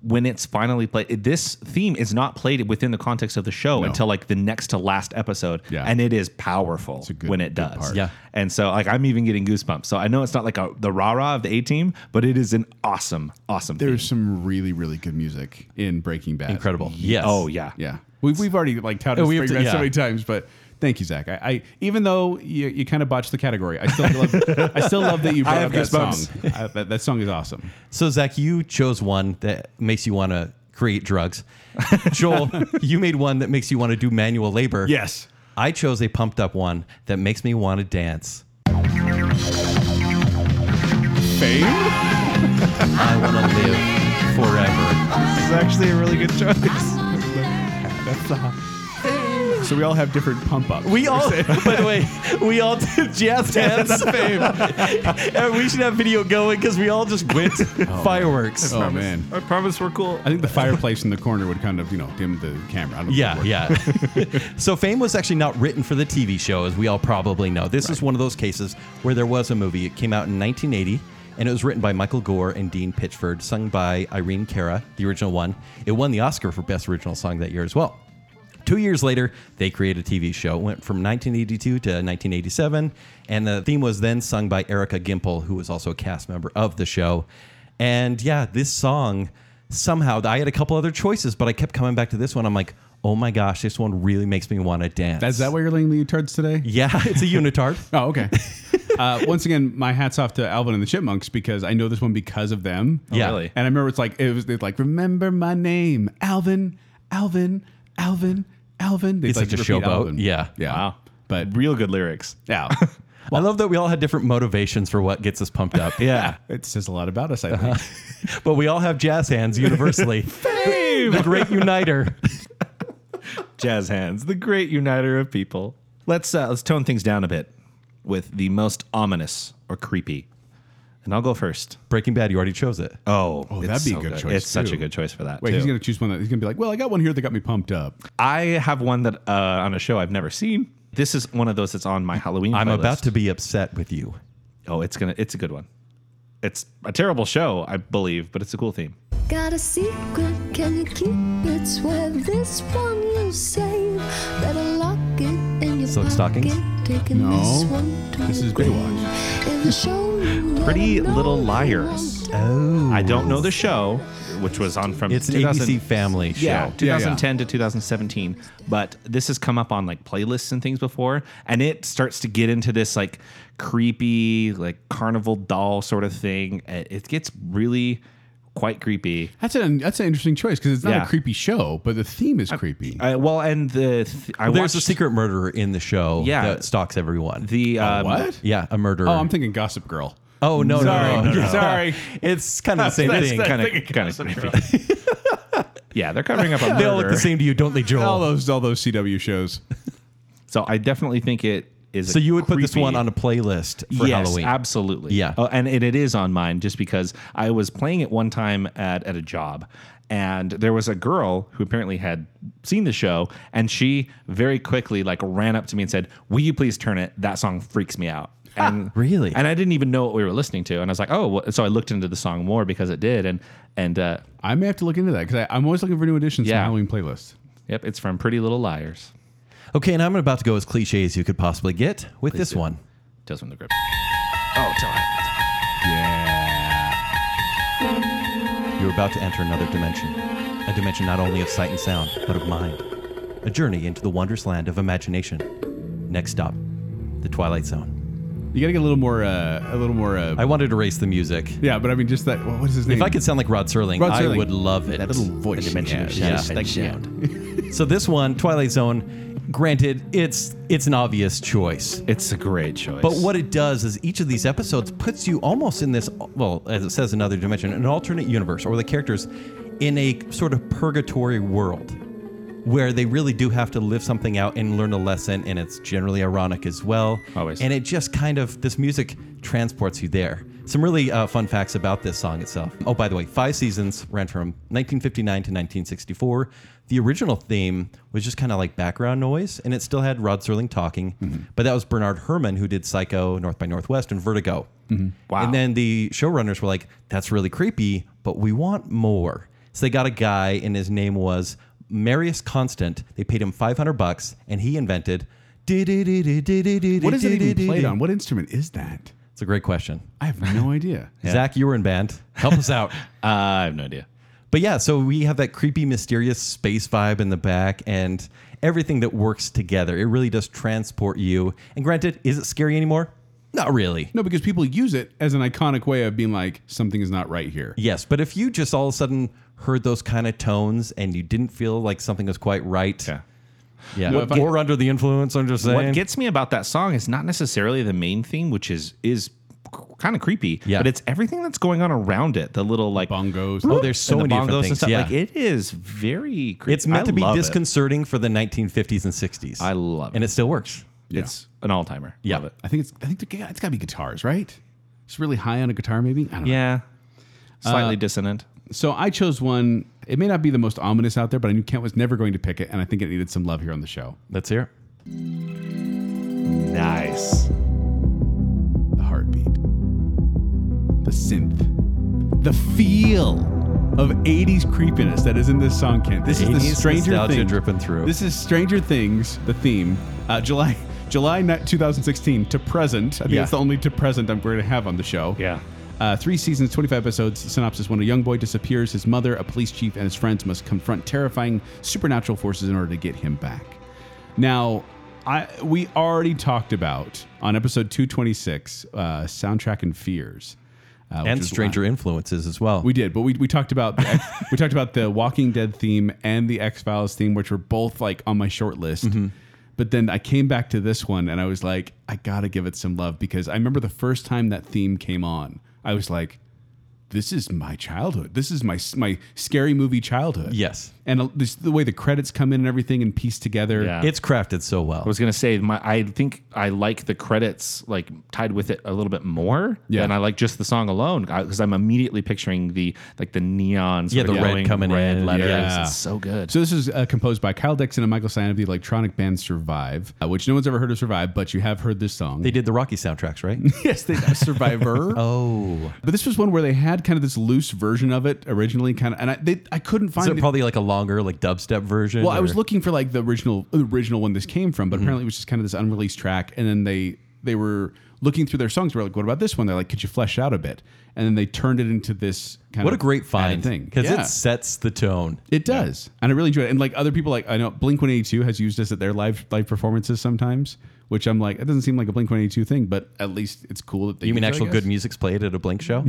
when it's finally played, it- this theme is not played within the context of the show No. until like the next to last episode. Yeah. And it is powerful a good- when good it does. part. Yeah. And so, like, I'm even getting goosebumps. So I know it's not like a, the rah rah of the A team, but it is an awesome, awesome There's theme. some really really good music in Breaking Bad. Incredible. Yes. Oh, yeah. Yeah, we've, we've already like touted We Breaking have Bad to- so yeah. many times, but thank you, Zach. I, I even though you, you kind of botched the category, I still love [laughs] I still love that you brought have up that song. goosebumps. I- that, that song is awesome. So, Zach, you chose one that makes you want to create drugs. Joel, you made one that makes you want to do manual labor. Yes. I chose a pumped up one that makes me want to dance. Fame. I want to live forever. This is actually a really good choice. So we all have different pump ups. We all, [laughs] by the way, we all did jazz dance. Fame. [laughs] and we should have video going because we all just [laughs] went fireworks. oh man. I promise we're cool. I think the fireplace in the corner would kind of you know dim the camera. I don't know if it Yeah, worked. yeah. [laughs] so Fame was actually not written for the TV show, as we all probably know. This is one of those cases where there was a movie. It came out in 1980, and it was written by Michael Gore and Dean Pitchford, sung by Irene Cara, the original one. It won the Oscar for Best Original Song that year as well. Two years later, they created a TV show. It went from 1982 to 1987, and the theme was then sung by Erica Gimple, who was also a cast member of the show. And yeah, this song somehow I had a couple other choices, but I kept coming back to this one. I'm like, oh my gosh, this one really makes me want to dance. Is that why you're laying the turds today? Yeah, [laughs] it's a [laughs] unitard. Oh, okay. uh, once again, my hats off to Alvin and the Chipmunks because I know this one because of them. yeah, really? And I remember it's like it was they'd like remember my name, Alvin, Alvin, Alvin, Alvin. They'd It's like such a repeat showboat. Alvin. Yeah. yeah. Wow. But Real good lyrics. now I love that we all had different motivations for what gets us pumped up. Yeah. [laughs] it says a lot about us. I think. but we all have jazz hands [laughs] universally. Fame, the great uniter. Jazz Hands, the great uniter of people. Let's uh, let's tone things down a bit with the most ominous or creepy. And I'll go first. Breaking Bad, you already chose it. Oh, Oh, it's that'd be a so good choice, It's such too. a good choice for that. Wait, too. he's gonna choose one that he's gonna be like, well, I got one here that got me pumped up. I have one that uh, on a show I've never seen. This is one of those that's on my Halloween. I'm about playlist. to be upset with you. Oh, it's gonna. It's a good one. It's a terrible show, I believe, but it's a cool theme. Got a secret, can you keep it? Swear this one you save. Better lock it in your Silk pocket. stockings? Taking No. this one to This the is grave. Baywatch. If you show you let Pretty 'em know Little you Liars. Oh. want I don't know the show, which was on from It's an 2000 ABC family show. Yeah, Yeah, yeah. 2010 to 2017. But this has come up on like playlists and things before, and it starts to get into this like creepy, like carnival doll sort of thing. Uh, It gets really quite creepy. That's an that's an interesting choice because it's not Yeah. a creepy show, but the theme is creepy. Uh, well, and the th- I There's a watched secret murderer in the show Yeah. that stalks everyone. The um, [laughs] what? yeah, a murderer. Oh, I'm thinking Gossip Girl. Oh, no, no, Sorry. no, no, no, no. Sorry. It's kind of the [laughs] same thing. Kind of, kind of creepy. [laughs] [laughs] yeah, they're covering up a murder. They all look the same to you, don't they, Oh. Joel? All those all those CW shows. So I definitely think it is. So a you would put this creepy- one on a playlist for yes, Halloween. Absolutely. Yeah. Oh, and, and it is on mine just because I was playing it one time at, at a job and there was a girl who apparently had seen the show and she very quickly like ran up to me and said, Will you please turn it? That song freaks [laughs] me out. And Really? And I didn't even know what we were listening to. And I was like, oh, what? so I looked into the song more because it did. And, and, uh, I may have to look into that because I'm always looking for new additions to Yeah. Halloween playlist. Yep, it's from Pretty Little Liars. Okay, and I'm about to go as cliche as you could possibly get with this do. one. Tales from the Crypt. Oh, tell her. You're about to enter another dimension. A dimension not only of sight and sound, but of mind. A journey into the wondrous land of imagination. Next stop, the Twilight Zone. You gotta get a little more, uh, a little more. Uh, I wanted to erase the music. yeah, but I mean, just that. What what is his name? If I could sound like Rod Serling, Rod I Serling. would love it. That little voice. A dimension of yeah, shadow yeah, and yeah. So this one, Twilight Zone, granted, it's it's an obvious choice. It's a great choice. But what it does is each of these episodes puts you almost in this, well, as it says, another dimension, an alternate universe, or the characters in a sort of purgatory world where they really do have to live something out and learn a lesson. And it's generally ironic as well. Always. And it just kind of, this music transports you there. Some really uh, fun facts about this song itself. Oh, by the way, five seasons ran from 1959 to 1964. The original theme was just kind of like background noise, and it still had Rod Serling talking, but that was Bernard Herrmann who did Psycho, North by Northwest, and Vertigo. Wow. And then the showrunners were like, that's really creepy, but we want more. So they got a guy, and his name was Marius Constant. They paid him 500 bucks, and he invented. What what is it even played on? What instrument is that? It's a great question. I have [laughs] no idea. Zach, you were in band. Help us [laughs] out. Uh, I have no idea. But yeah, so we have that creepy, mysterious space vibe in the back and everything that works together. It really does transport you. And granted, is it scary anymore? Not really. No, because people use it as an iconic way of being like, something is not right here. Yes, but if you just all of a sudden heard those kind of tones and you didn't feel like something was quite right, Yeah. yeah. What or under the influence, I'm just saying. What gets me about that song is not necessarily the main theme, which is is kind of creepy, Yeah. but it's everything that's going on around it. The little like Bongos. oh, there's so and the many different bongos things. and stuff. yeah. Like it is very creepy. it's meant I to be love it. disconcerting for the 1950s and 60s. I love And it. it still works. Yeah. It's an all timer. Yeah. Love it. I think it's. I think the, it's got to be guitars, right? It's really high on a guitar, maybe. I don't know. Yeah. Slightly Uh, dissonant. So I chose one. It may not be the most ominous out there, but I knew Kent was never going to pick it, and I think it needed some love here on the show. Let's hear it. Nice. The heartbeat, the synth, the feel of '80s creepiness that is in this song, Kent. This is the 80s Stranger nostalgia Things dripping through. This is Stranger Things, the theme. Uh, July, [laughs] July ni- 2016 to present. I think Yeah. that's the only to present I'm going to have on the show. Yeah. Uh, three seasons, 25 episodes. Synopsis When a young boy disappears, his mother, a police chief, and his friends must confront terrifying supernatural forces in order to get him back. Now, I, we already talked about on episode 226 uh, soundtrack and fears. Uh, which And was Stranger Influences as well. we did, but we, we talked about the X, we talked about the Walking Dead theme and the X Files theme, which were both like on my short list. But then I came back to this one and I was like, I gotta give it some love because I remember the first time that theme came on, I was like, this is my childhood. This is my my scary movie childhood. Yes. and uh, this, the way the credits come in and everything and pieced together. Yeah. It's crafted so well. I was gonna say my I think I like the credits like tied with it a little bit more Yeah. than I like just the song alone because I'm immediately picturing the like the neon Yeah, sort the of red glowing coming red in. letters. Yeah. It's so good. So this is uh, composed by Kyle Dixon and Michael Stein of the electronic band Survive, uh, which no one's ever heard of Survive, but you have heard this song. they did the Rocky soundtracks, right? yes, they Survivor. [laughs] oh. But this was one where they had kind of this loose version of it originally, kind of, and I they, [laughs] I couldn't Is find it it. probably like a longer, like dubstep version? well, I was or- looking for like the original the original one this came from, but Mm-hmm. apparently it was just kind of this unreleased track. And then they they were looking through their songs. We're like, what about this one? They're like, could you flesh out a bit? And then they turned it into this kind What of a great added find thing because Yeah. it sets the tone. It does, and I really enjoy it. And like other people, like I know Blink One Eighty Two has used this at their live live performances sometimes, which I'm like, it doesn't seem like a Blink One Eighty Two thing, but at least it's cool that they You mean use it, I actual guess. good music's played at a Blink [laughs] show?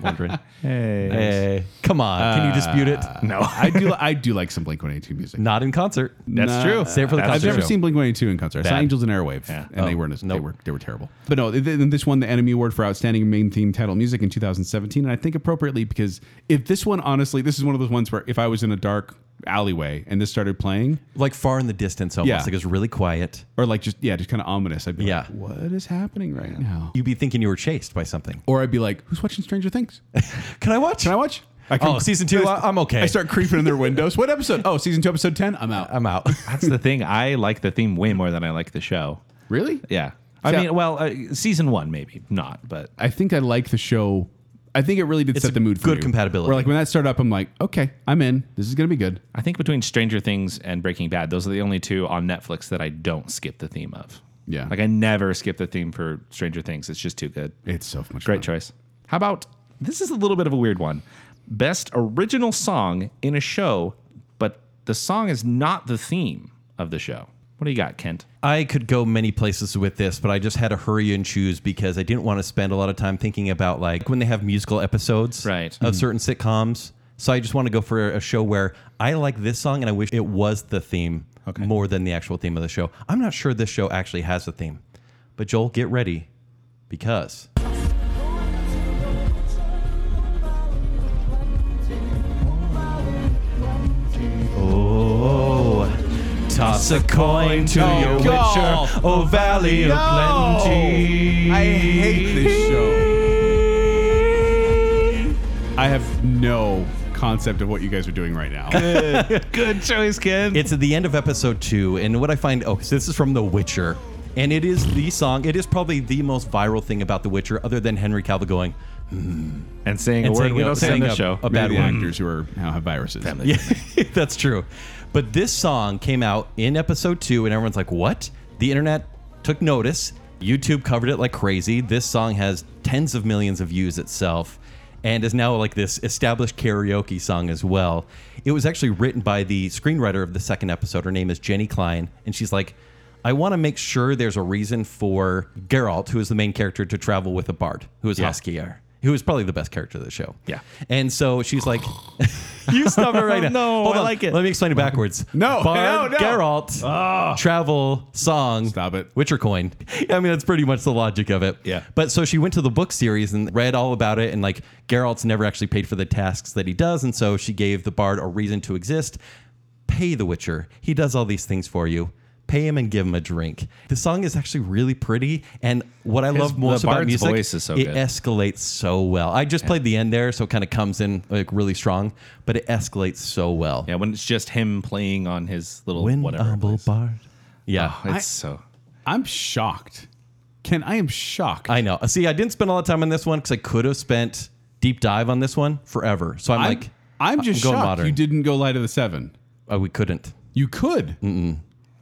Wondering. Hey, come on! Can you dispute it? Uh, [laughs] no, I do. I do like some Blink One Eighty Two music. Not in concert. that's true. Save for the That's I've concert never show. seen Blink One Eighty Two in concert. I saw Bad. Angels and Airwaves, and they Oh, weren't. As, They nope. were they were terrible. But no, th- th- this won the Enemy Award for Outstanding Main Theme Title Music in 2017, and I think appropriately because if this one, honestly, this is one of those ones where if I was in a dark alleyway and this started playing, like far in the distance, almost Yeah. like it was really quiet. or like just yeah, just kind of ominous, I'd be Yeah. like, "What is happening right now?" You'd be thinking you were chased by something. Or I'd be like, "Who's watching Stranger Things? Can I watch? Can I watch?" I [laughs] Oh, season two, I- I'm okay. Uh, I start creeping in their windows. What episode? Oh, season two, episode ten. I'm out. I'm [laughs] out. that's the thing. I like the theme way more than I like the show. really? Yeah, I So- mean, well, uh, season one maybe not, but I think I like the show I think it really did It's set a the mood for good you. compatibility. Where like when that started up, I'm like, okay, I'm in. This is gonna be good. I think between Stranger Things and Breaking Bad, those are the only two on Netflix that I don't skip the theme of. Yeah. Like I never skip the theme for Stranger Things. It's just too good. It's so much Great fun. choice. How about this is a little bit of a weird one. Best original song in a show, but the song is not the theme of the show. What do you [laughs] got, Kent? I could go many places with this, but I just had to hurry and choose because I didn't want to spend a lot of time thinking about like when they have musical episodes Right. Mm-hmm. of certain sitcoms. So I just want to go for a show where I like this song and I wish it was the theme more than the actual theme of the show. I'm not sure this show actually has a theme, but Joel, get ready because toss a coin to Oh, your God. witcher, oh valley of plenty. I hate this show. I have no concept of what you guys are doing right now. Good choice, Kent. [laughs] It's at the end of episode two, and what I find oh, 'cause this is from The Witcher, and it is the song. It is probably the most viral thing about The Witcher, other than Henry Cavill going. and saying And a word saying we a- don't say on saying this a- show. a bad the one. actors who are now have viruses. Yeah, [laughs] that's true. But this song came out in episode two, and everyone's like, "What?" The internet took notice. YouTube covered it like crazy. This song has tens of millions of views itself, and is now like this established karaoke song as well. It was actually written by the screenwriter of the second episode. Her name is Jenny Klein, and she's like. I want to make sure there's a reason for Geralt, who is the main character, to travel with a bard, who is Yeah. Haskier, who is probably the best character of the show. Yeah. And so she's like, You stop it [laughs] right now. No, Hold I on. like it. Let me explain it backwards. No, Bard, no, no. Geralt, Ah. travel, song. Stop it. Witcher coin. [laughs] I mean, that's pretty much the logic of it. Yeah. But so she went to the book series and read all about it, and like Geralt's never actually paid for the tasks that he does, and so she gave the bard a reason to exist. Pay the Witcher. He does all these things for you. Pay him and give him a drink. The song is actually really pretty, and what I love most the about bard's music voice is so it good. escalates so well. I just played the end there, so it kind of comes in like really strong, but it escalates so well. yeah, when it's just him playing on his little When whatever. it humble plays. bard. Yeah. Oh, it's so I'm shocked. Ken, I am shocked. I know. See, I didn't spend a lot of time on this one because I could have spent deep dive on this one forever. So I'm, I'm, like, I'm just going shocked modern. you didn't go Light of the Seven. oh, we couldn't. You could.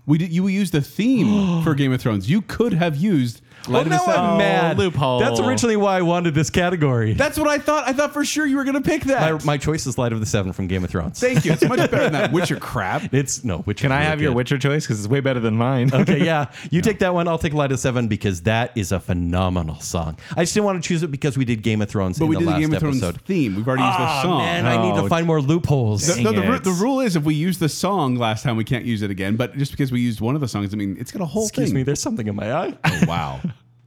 We did, you used [gasps] the theme for Game of Thrones. You could have used Light of the Seven. Oh, loophole. That's originally why I wanted this category. That's what I thought. I thought for sure you were going to pick my, that. my choice is Light of the Seven from Game of Thrones. Thank you. It's much better than that Witcher [laughs] crap. It's no. Which Can I have your Witcher choice? Because it's way better than mine. [laughs] okay, [laughs] yeah. You take that one. I'll take Light of Seven because that is a phenomenal song. I just didn't want to choose it because we did Game of Thrones But in we the did the last Game of Thrones episode. Ah, theme. We've already used the song. Man, I need to Oh. find more loopholes. The- no, Dang the, ru- it. the rule is if we use the song last time, we can't use it again. But just because we used one of the songs, I mean, it's got a whole Excuse thing. me, there's something in my [laughs] eye. Oh, wow.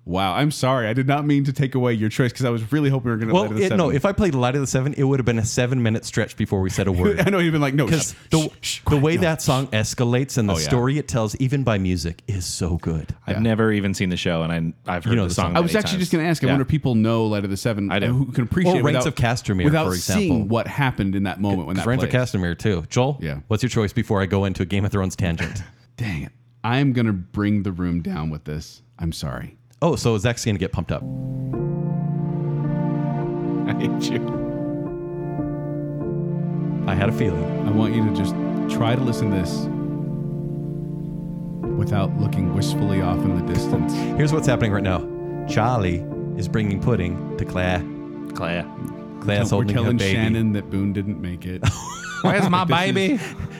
Wow. I'm sorry. I did not mean to take away your choice because I was really hoping we were going to let Well, it it, no, if I played Light of the Seven, it would have been a seven minute stretch before we said a [laughs] word. [laughs] [laughs] I know you've been like, no, because shh, the, shh, shh, the quiet, way no. that song escalates and the Oh, yeah. story it tells, even by music, is so good. I've Yeah. never even seen the show, and I, I've heard know the the song. song. I was many actually times. just going to ask. I Yeah. wonder if people know Light of the Seven. I do. Who can appreciate Or it Reigns without- of Castamere, without for example. seeing what happened in that moment when that Friends of plays. Castamere, too. Joel, Yeah. what's your choice before I go into a Game of Thrones tangent? Dang it! I am going to bring the room down with this. I'm sorry. oh, so Zach's going to get pumped [laughs] up. I hate you. I had a feeling. I want you to just try to listen to this without looking wistfully off in the distance. Here's what's happening right now Charlie is bringing pudding to Claire. Claire. Claire's We're holding her telling baby. Shannon that Boone didn't make [laughs] it. Where's my baby?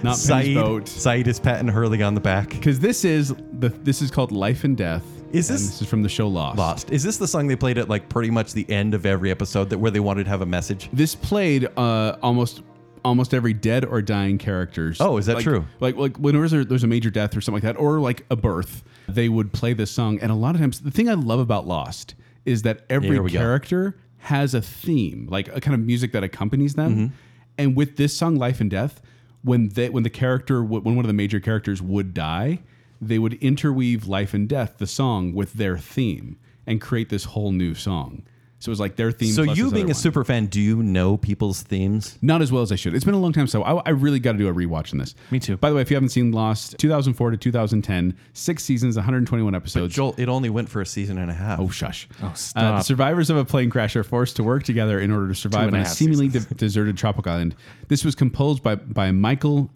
Not Penny's Saeed, boat. Saeed is patting Hurley on the back. Because this is the this is called Life and Death. Is and this- this is from the show Lost. Lost. Is this the song they played at like pretty much the end of every episode that where they wanted to have a message? This played uh, almost almost every dead or dying characters. Oh, is that Like- true? Like like whenever there- there's a major death or something like that, or like a birth, they would play this song. And a lot of times, the thing I love about Lost is that every Here we go. character has a theme, like a kind of music that accompanies them. Mm-hmm. And with this song, Life and Death, when they when the character would- when one of the major characters would die, they would interweave Life and Death, the song, with their theme and create this whole new song. So it was like their theme. So plus you this being other a one. super fan, do you know people's themes? Not as well as I should. It's been a long time, so I, I really got to do a rewatch on this. Me too. By the way, if you haven't seen Lost, 2004 to 2010, six seasons, 121 episodes. Joel, it only went for a season and a half. Oh, shush. Oh, stop. the survivors of a plane crash are forced to work together in order to survive and a on a half seemingly de- deserted tropical island. This was composed by, by Michael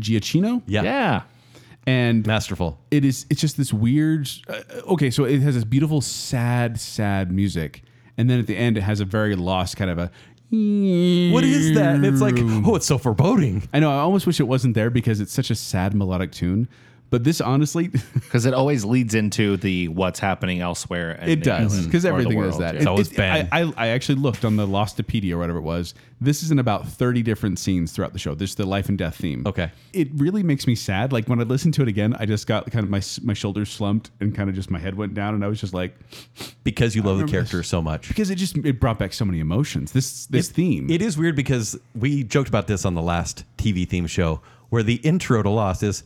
Giacchino. yeah. Yeah. And Masterful. it is it's just this weird uh, okay so it has this beautiful sad sad music and then at the end it has a very lost kind of a What is that? And it's like, oh, it's so foreboding. i know i almost wish it wasn't there because it's such a sad melodic tune but this honestly [laughs] Because it always leads into the what's happening elsewhere. And it does because everything is that It's always I, bad. I, I actually looked on the lostopedia or whatever it was this is in about 30 different scenes throughout the show there's the life and death theme Okay. it really makes me sad like when i listened to it again i just got kind of my, s- my shoulders slumped and kind of just my head went down and i was just like Because you love the remember character this. so much. because it just it brought back so many emotions. This this It- theme. It is weird because we joked about this on the last TV theme show where the intro to Lost is,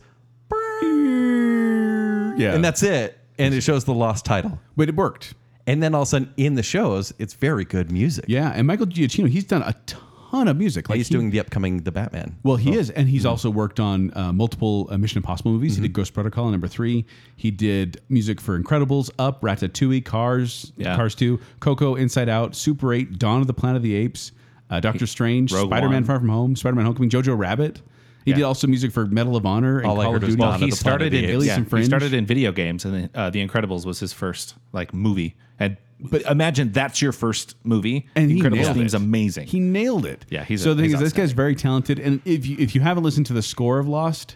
yeah, and that's it. And it shows the Lost title. but it worked. And then all of a sudden in the shows, it's very good music. Yeah, and Michael Giacchino, he's done a ton of music. He's he- doing the upcoming The Batman. Well, he is, and he's Hmm. also worked on uh, multiple uh, Mission Impossible movies. Mm-hmm. He did Ghost Protocol, number three. He did music for Incredibles, Up, Ratatouille, Cars, Yeah. Cars Two, Coco, Inside Out, Super Eight, Dawn of the Planet of the Apes, uh, Doctor Strange, Rogue Spider Man One. Far From Home, Spider Man Homecoming, Jojo Rabbit. He Yeah. did also music for Medal of Honor and All I Call heard of was Duty. Dawn Well, of he the Planet of started the in Apes. yeah, Alias and he Fringe. started in video games, and then, uh, The Incredibles was his first like movie. And but imagine that's your first movie. and he Incredibles nailed theme's it. amazing. He nailed it. Yeah, he's so a- the thing he's is, this outstanding. guy's very talented. And if you if you haven't listened to the score of Lost,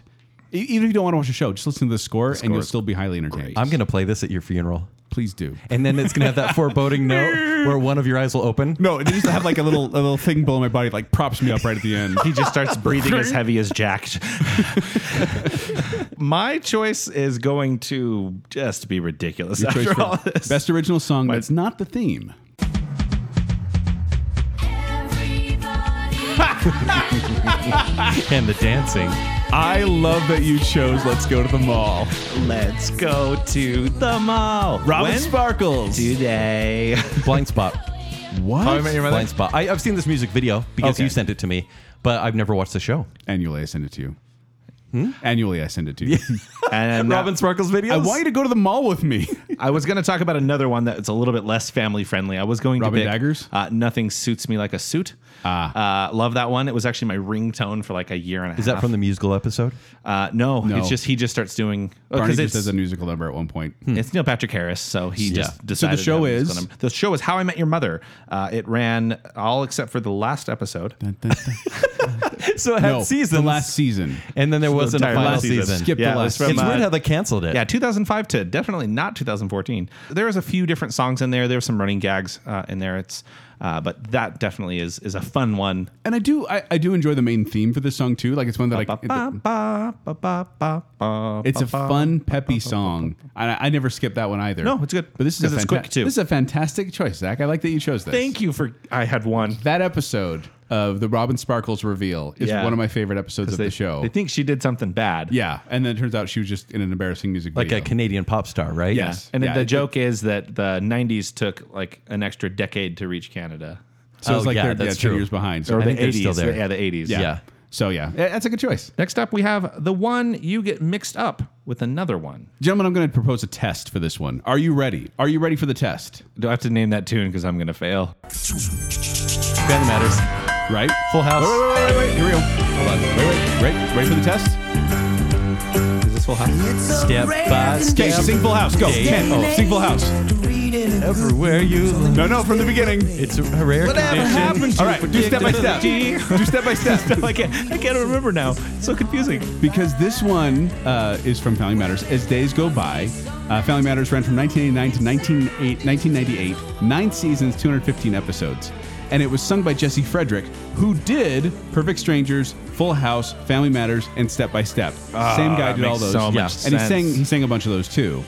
e- even if you don't want to watch the show, just listen to the score, and score you'll is still be highly entertained. I'm going to play this at your funeral. please do. And then it's going to have that [laughs] foreboding note where one of your eyes will open. No, they used to have like a little a little thing below my body, like props me up right at the [laughs] end. he just starts breathing as heavy as [laughs] Jack. My choice is going to just be ridiculous Choice after for all this. Best original song that's not the theme. And the dancing. I love that you chose "Let's Go to the Mall." Let's go to the mall. Robin When? Sparkles. Oh, today. Blind [laughs] Spot. How I Met What? Your Mother? Blind Spot. I, I've seen this music video because Okay. you sent it to me, but I've never watched the show. Annually, I send it to you. Hmm? Annually, I send it to you. And now- Robin Sparkles videos? [laughs] I want you to go to the mall with me. I was going to talk about another one that's a little bit less family friendly. I was going Robin to pick Daggers? Uh, Nothing suits me like a suit. Ah. Uh, love that one. It was actually my ringtone for like a year and a half. Is that Uh-huh. from the musical episode? Uh, no, No. it's just he just starts doing Barney because just it's does a musical number at one point. it's Neil Patrick Harris, so he Yeah. just decided. show how he was is- gonna- the show is How I Met Your Mother. Uh, it ran all except for the last episode. So it had no, seasons. the last season. And then there wasn't a entire final last season. season. Skip the it was last from, season. It's uh, weird how they canceled it. Yeah, 2005 to definitely not 2014. There was a few different songs in there. There were some running gags uh, in there. It's, uh, but that definitely is is a fun one. And I do, I, I do enjoy the main theme for this song too. Like it's one that I, it's a fun, peppy song. And I, I never skip that one either. No, it's good. But this is a 'Cause it's fanta- quick, too. This is a fantastic choice, Zach. I like that you chose this. Thank you for. I had one. That episode of the Robin Sparkles reveal is Yeah. one of my favorite episodes of They, the show. they think she did something bad. yeah, and then it turns out she was just in an embarrassing music Like video. a Canadian pop star, right? Yeah. Yes. And Yeah, the it- joke is that the 90s took like an extra decade to reach Canada. so it's Oh, like yeah, they're that's yeah, true. ten years behind. So Or I the think they're 80s. still there. Yeah, the 80s. yeah. yeah. So yeah, Yeah, that's a good choice, Next up, we have the one you get mixed up with another one. gentlemen. I'm going to propose a test for this one. Are you ready? Are you ready for the test? Do I have to name that tune because I'm going to fail? That matters. Right? Full House. Wait, wait, wait, wait, wait. Here we go. Hold on. Wait, wait, wait. Ready for the test? Is this Full House? Step by Okay, step. sing Full House. Go. Day Ten. and Sing Full House. Everywhere you look, No, no, from the beginning. it's a rare condition. All right, do step by step. Do step by step. [laughs] I can't, I can't remember now. It's so confusing. Because this one uh, is from Family Matters. As days go by, uh, Family Matters ran from 1989 to 1988 1998, nine seasons, 215 episodes. And it was sung by Jesse Frederick, who did Perfect Strangers, Full House, Family Matters, and Step by Step. Same guy that did all makes those. so much And he sense. sang, he sang a bunch of those too.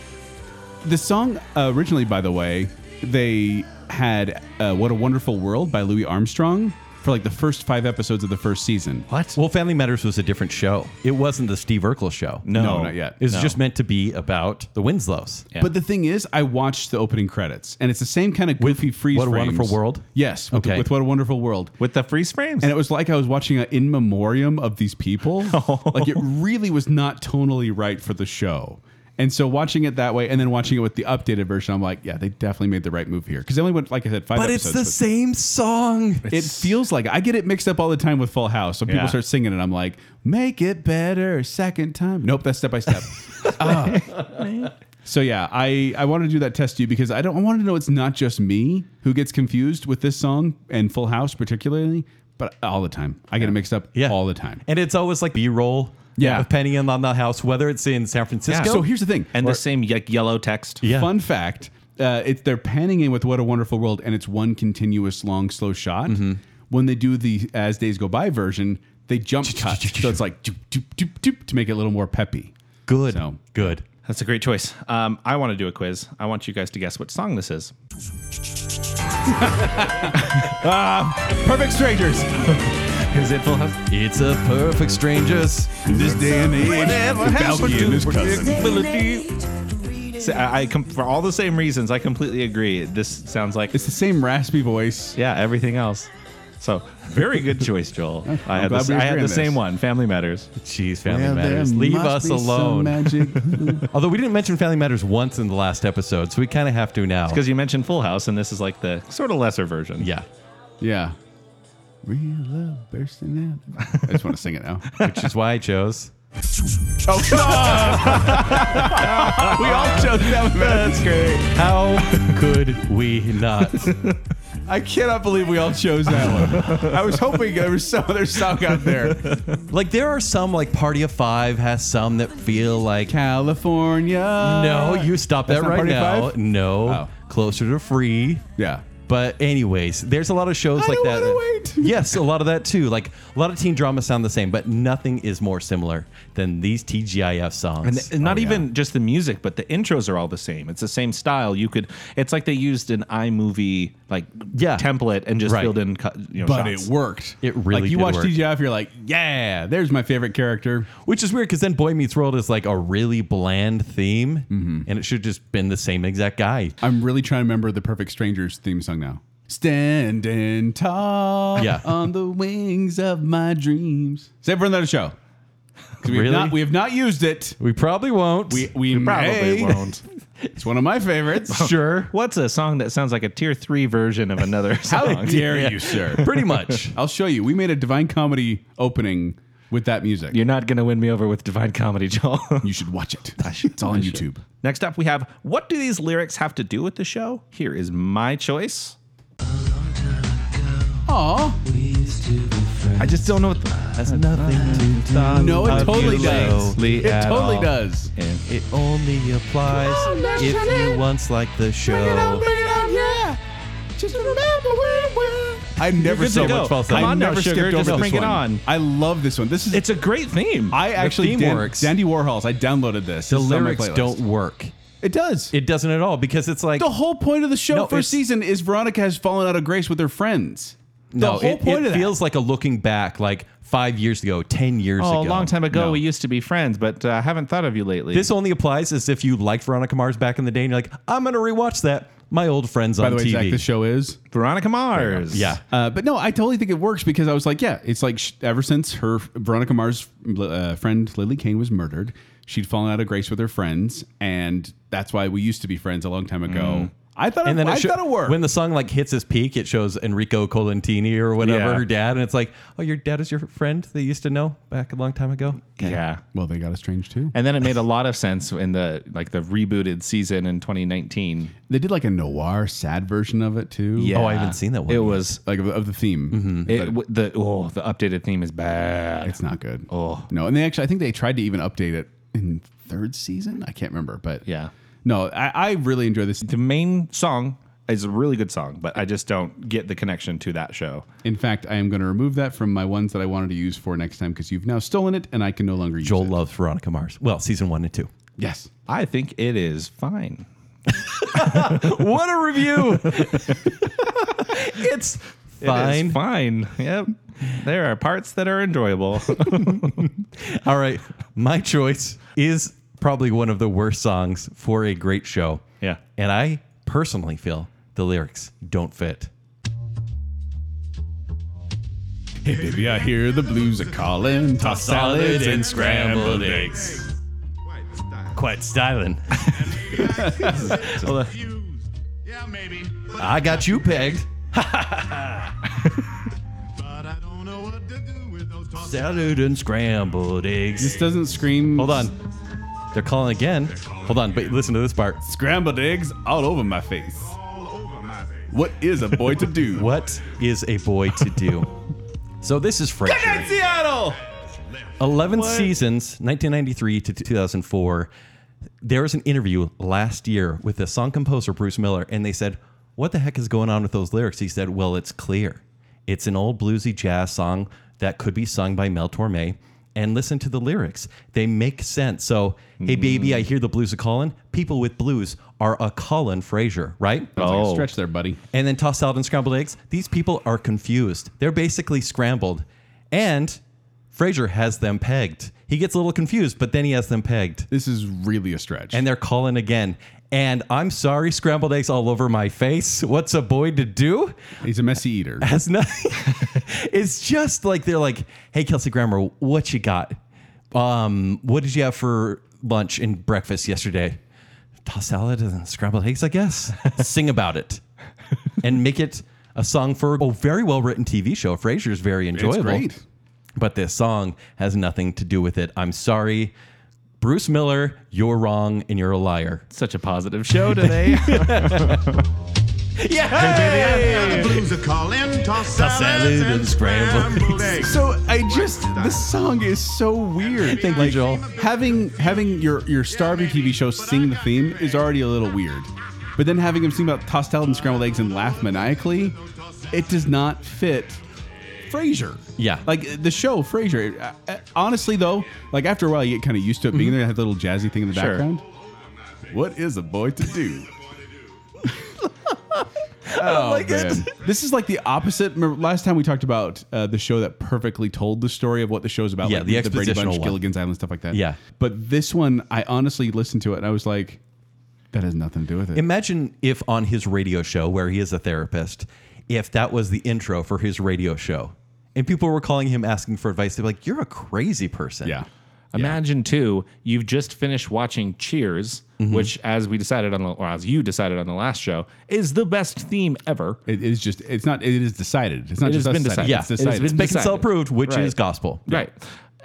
The song uh, originally, by the way, they had uh, "What a Wonderful World" by Louis Armstrong, for like the first five episodes of the first season. What? Well, Family Matters was a different show. It wasn't the Steve Urkel show. No. No, not yet. It was No. just meant to be about the Winslows. Yeah. But the thing is, I watched the opening credits, and it's the same kind of goofy freeze. What a frames. Wonderful World? Yes, with, Okay. with what a wonderful world. with the freeze frames. And it was like I was watching an in memoriam of [laughs] these people. Oh. Like it really was not tonally right for the show. And so watching it that way, and then watching it with the updated version, I'm like, yeah, they definitely made the right move here because they only went, like I said, five. But it's episodes, the same song. It feels like I get it mixed up all the time with Full House. So people Yeah. start singing it, I'm like, make it better second time. Nope, that's step by [laughs] step. Ah. So yeah, I I wanted to do that test to you because I don't I wanted to know it's not just me who gets confused with this song and Full House particularly, but all the time I get it mixed up Yeah. all the time. And it's always like B roll Yeah. of Penny and on the house, whether it's in San Francisco. So here's the thing. and the same like yellow text. Yeah. Fun fact: uh, it's they're panning in with "What a Wonderful World," and it's one continuous long slow shot. When they do the "As Days Go By" version, they jump cut, so it's like doop, doop, doop, doop, to make it a little more peppy. good. So- Good. That's a great choice. Um, I want to do a quiz. I want you guys to guess what song this is. Perfect strangers. Is it Full House? It's a perfect strangers. In this day and age, Whatever happened Balky and to his cousin. I, I com- for all the same reasons, I completely agree. This sounds like It's the same raspy voice. yeah, everything else. So very good choice, Joel. I [laughs] I'm had, glad this, we I had agree the on same this. one. Family Matters. Jeez, Family Well, there Matters. Leave must us be some alone. [laughs] magic. Although we didn't mention Family Matters once in the last episode, so we kind of have to now. Because you mentioned Full House, and this is like the sort of lesser version. yeah. yeah. Real love bursting out. I just want to sing it [laughs] now. Which is why I chose. we all chose that. [laughs] That's great. How could we [laughs] not? I cannot believe we all chose that one. I was hoping there was some other song out there. Like there are some like Party of Five has some that feel like California. No, you stop That's that not right Party of now. Five? No. Oh. Closer to free. Yeah. But anyways, there's a lot of shows I like don't that. wanna that- wait. [laughs] yes, a lot of that too. Like a lot of teen dramas sound the same, but nothing is more similar than these TGIF songs. And th- not Oh, yeah. even just the music, but the intros are all the same. It's the same style. You could. It's like they used an iMovie like Yeah. template and just Right. filled in. cut- You know, But shots. it worked. It really Like you did watch work. TGIF, you're like, yeah, there's my favorite character. Which is weird because then Boy Meets World is like a really bland theme, and it should just been the same exact guy. I'm really trying to remember the Perfect Strangers theme song now. Standing tall Yeah. on the wings of my dreams. Is everyone that a show? 'Cause We Really? have not, we have not used it. We probably won't. We, we, may. It's one of my [laughs] favorites. sure. What's a song that sounds like a tier three version of [laughs] another song? How dare Yeah. you, sir? Pretty [laughs] much. I'll show you. We made a Divine Comedy opening with that music. You're not going to win me over with Divine Comedy, Joel. [laughs] You should watch it. it's all on YouTube. Next up, we have What do these lyrics have to do with the show? Here is my choice. Aw. I just don't know what the. That's nothing to Um, No, it totally does. lately It at totally all. does. It only applies if you once like the show. I never good so to go. much falsetto. Come I on now, never sugar, skipped just over this bring it one. on. I love this one. This is It's a great theme. I actually theme Dan- works. Dandy Warhols. I downloaded this. The This is on my lyrics playlist. don't work. It does. It doesn't at all because it's like the whole point of the show No, first it's- season is Veronica has fallen out of grace with her friends. The no. whole it point it of that. feels like a looking back, like five years ago, ten years Oh, ago, a long time ago, No. we used to be friends, but uh, I haven't thought of you lately. This only applies as if you liked Veronica Mars back in the day, and you're like, I'm gonna rewatch that. My old friends By on the way, TV. Zach, the show is. Veronica Mars. Yeah. Uh, but no, I totally think it works because I was like, yeah, it's like sh ever since her Veronica Mars uh, friend Lily Kane was murdered, she'd fallen out of grace with her friends, and that's why we used to be friends a long time ago. I thought And it, then I it sho- thought it worked. when the song like hits its peak, it shows Enrico Colantini or whatever Yeah. her dad, and it's like, oh, your dad is your friend that you used to know back a long time ago. Yeah. well, they got estranged too. And then it made a lot of sense in the like the rebooted season in 2019. They did like a noir sad version of it too. Oh, I haven't seen that one It yet. was Mm-hmm. like of, of the theme. it, w- the oh the updated theme is bad. It's not good. Oh. no, and they actually I think they tried to even update it in third season. I can't remember, but Yeah. no, I, I really enjoy this. the main song is a really good song, but I just don't get the connection to that show. In fact, I am going to remove that from my ones that I wanted to use for next time because you've now stolen it and I can no longer use Joel it. loves Veronica Mars. Well, season one and [laughs] two. Yes. I think it is fine. [laughs] [laughs] what a review! it's fine. fine. Yep. There are parts that are enjoyable. All right. My choice is probably one of the worst songs for a great show. Yeah. And I personally feel the lyrics don't fit. Hey, baby, I hear the blues are calling. Toss salads and scrambled eggs. Quite styling. Although- Yeah, maybe. I got [laughs] you pegged. But I don't know what to do with those tossed Salad and scrambled This eggs. doesn't scream. Hold on. They're calling again. Hold on, but listen to this part. Scrambled eggs all over my face. all over my face. What is a boy to do? [laughs] What is a boy to do? so this is French. Seattle! 11 seasons, 1993 to 2004. There was an interview last year with the song composer Bruce Miller, and they said, What the heck is going on with those lyrics? He said, Well, it's clear. It's an old bluesy jazz song that could be sung by Mel Torme. And listen to the lyrics, they make sense. So, hey, baby, I hear the blues are calling. People with blues are a Colin Frazier, right? Like a stretch there, buddy. and then tossed salad and scrambled eggs. These people are confused. They're basically scrambled. And Frazier has them pegged. He gets a little confused, but then he has them pegged. This is really a stretch. And they're calling again. And I'm sorry, scrambled eggs all over my face. What's a boy to do? he's a messy eater. Has nothing. it's just like they're like, hey, Kelsey Grammer, what you got? Um, what did you have for lunch and breakfast yesterday? Tossed salad and scrambled eggs, I guess. [laughs] Sing about it and make it a song for a very well written TV show. Frasier's very [laughs] enjoyable. great. But this song has nothing to do with it. I'm sorry. Bruce Miller, you're wrong and you're a liar. [laughs] Such a positive show today. Yeah, the blues are calling. Toss salads salad and and scrambled scrambled eggs. So I just this song is so weird. Thank you, Joel. Having having your your starving TV show sing the theme is already a little weird, but then having him sing about tossed salad and scrambled eggs and laugh maniacally, it does not fit. Frasier. Yeah. Like the show Frasier. Uh, uh, Honestly though, like after a while you get kind of used to it Mm-hmm. being there. It has a little jazzy thing in the Sure. background. What is a boy to do? Oh, man. This is like the opposite. Remember, last time we talked about uh, the show that perfectly told the story of what the show's about. Yeah, like the Brady expositional Bunch, one. Gilligan's Island, stuff like that. Yeah. But this one, I honestly listened to it and I was like, that has nothing to do with it. Imagine if on his radio show, where he is a therapist, if that was the intro for his radio show and people were calling him asking for advice, they'd be like, You're a crazy person. yeah. Imagine too, you've just finished watching Cheers, which, as we decided on, the, or as you decided on the last show, is the best theme ever. It is just, it's not, it is decided. It's not It just us has been deciding, decided. Yeah. It's It has decided. been It's Bacon Cell decided. approved, which Right. is gospel. Right.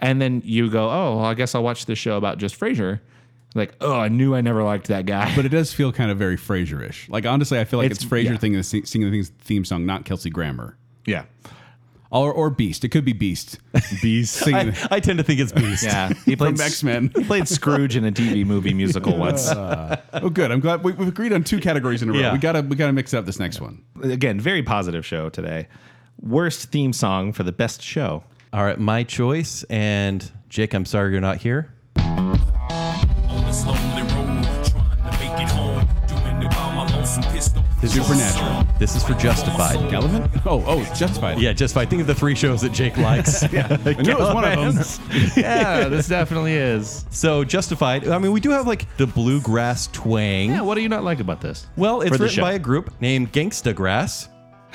And then you go, oh, well, I guess I'll watch this show about just Frasier. Like, oh, I knew I never liked that guy. but it does feel kind of very Frasier-ish. Like honestly, I feel like it's, It's- Frasier yeah. thing is sing- singing the things- theme song, not Kelsey Grammer yeah. or or Beast. It could be Beast. [laughs] Beast singing I, I tend to think it's Beast. [laughs] [laughs] Yeah. He from played, X Men. he [laughs] played Scrooge in a TV movie musical once. Oh, good. I'm glad we, we've agreed on [laughs] two categories in a row. Yeah. We gotta we gotta mix up this next one. Again, very positive show today. Worst theme song for the best show. All right. My choice. And Jake, I'm sorry you're not here. on this lonely road, trying to make it home. Doing it by my lonesome pistol. This is Supernatural. This is for Justified. Gallivant? Oh, oh, it's Justified. Yeah, Justified. Think of the three shows that Jake likes. I knew it was one of them. [laughs] yeah, this definitely is. So, Justified. I mean, we do have like the bluegrass twang. Yeah, what do you not like about this? Well, it's For the written show. by a group named Gangsta [laughs] Grass,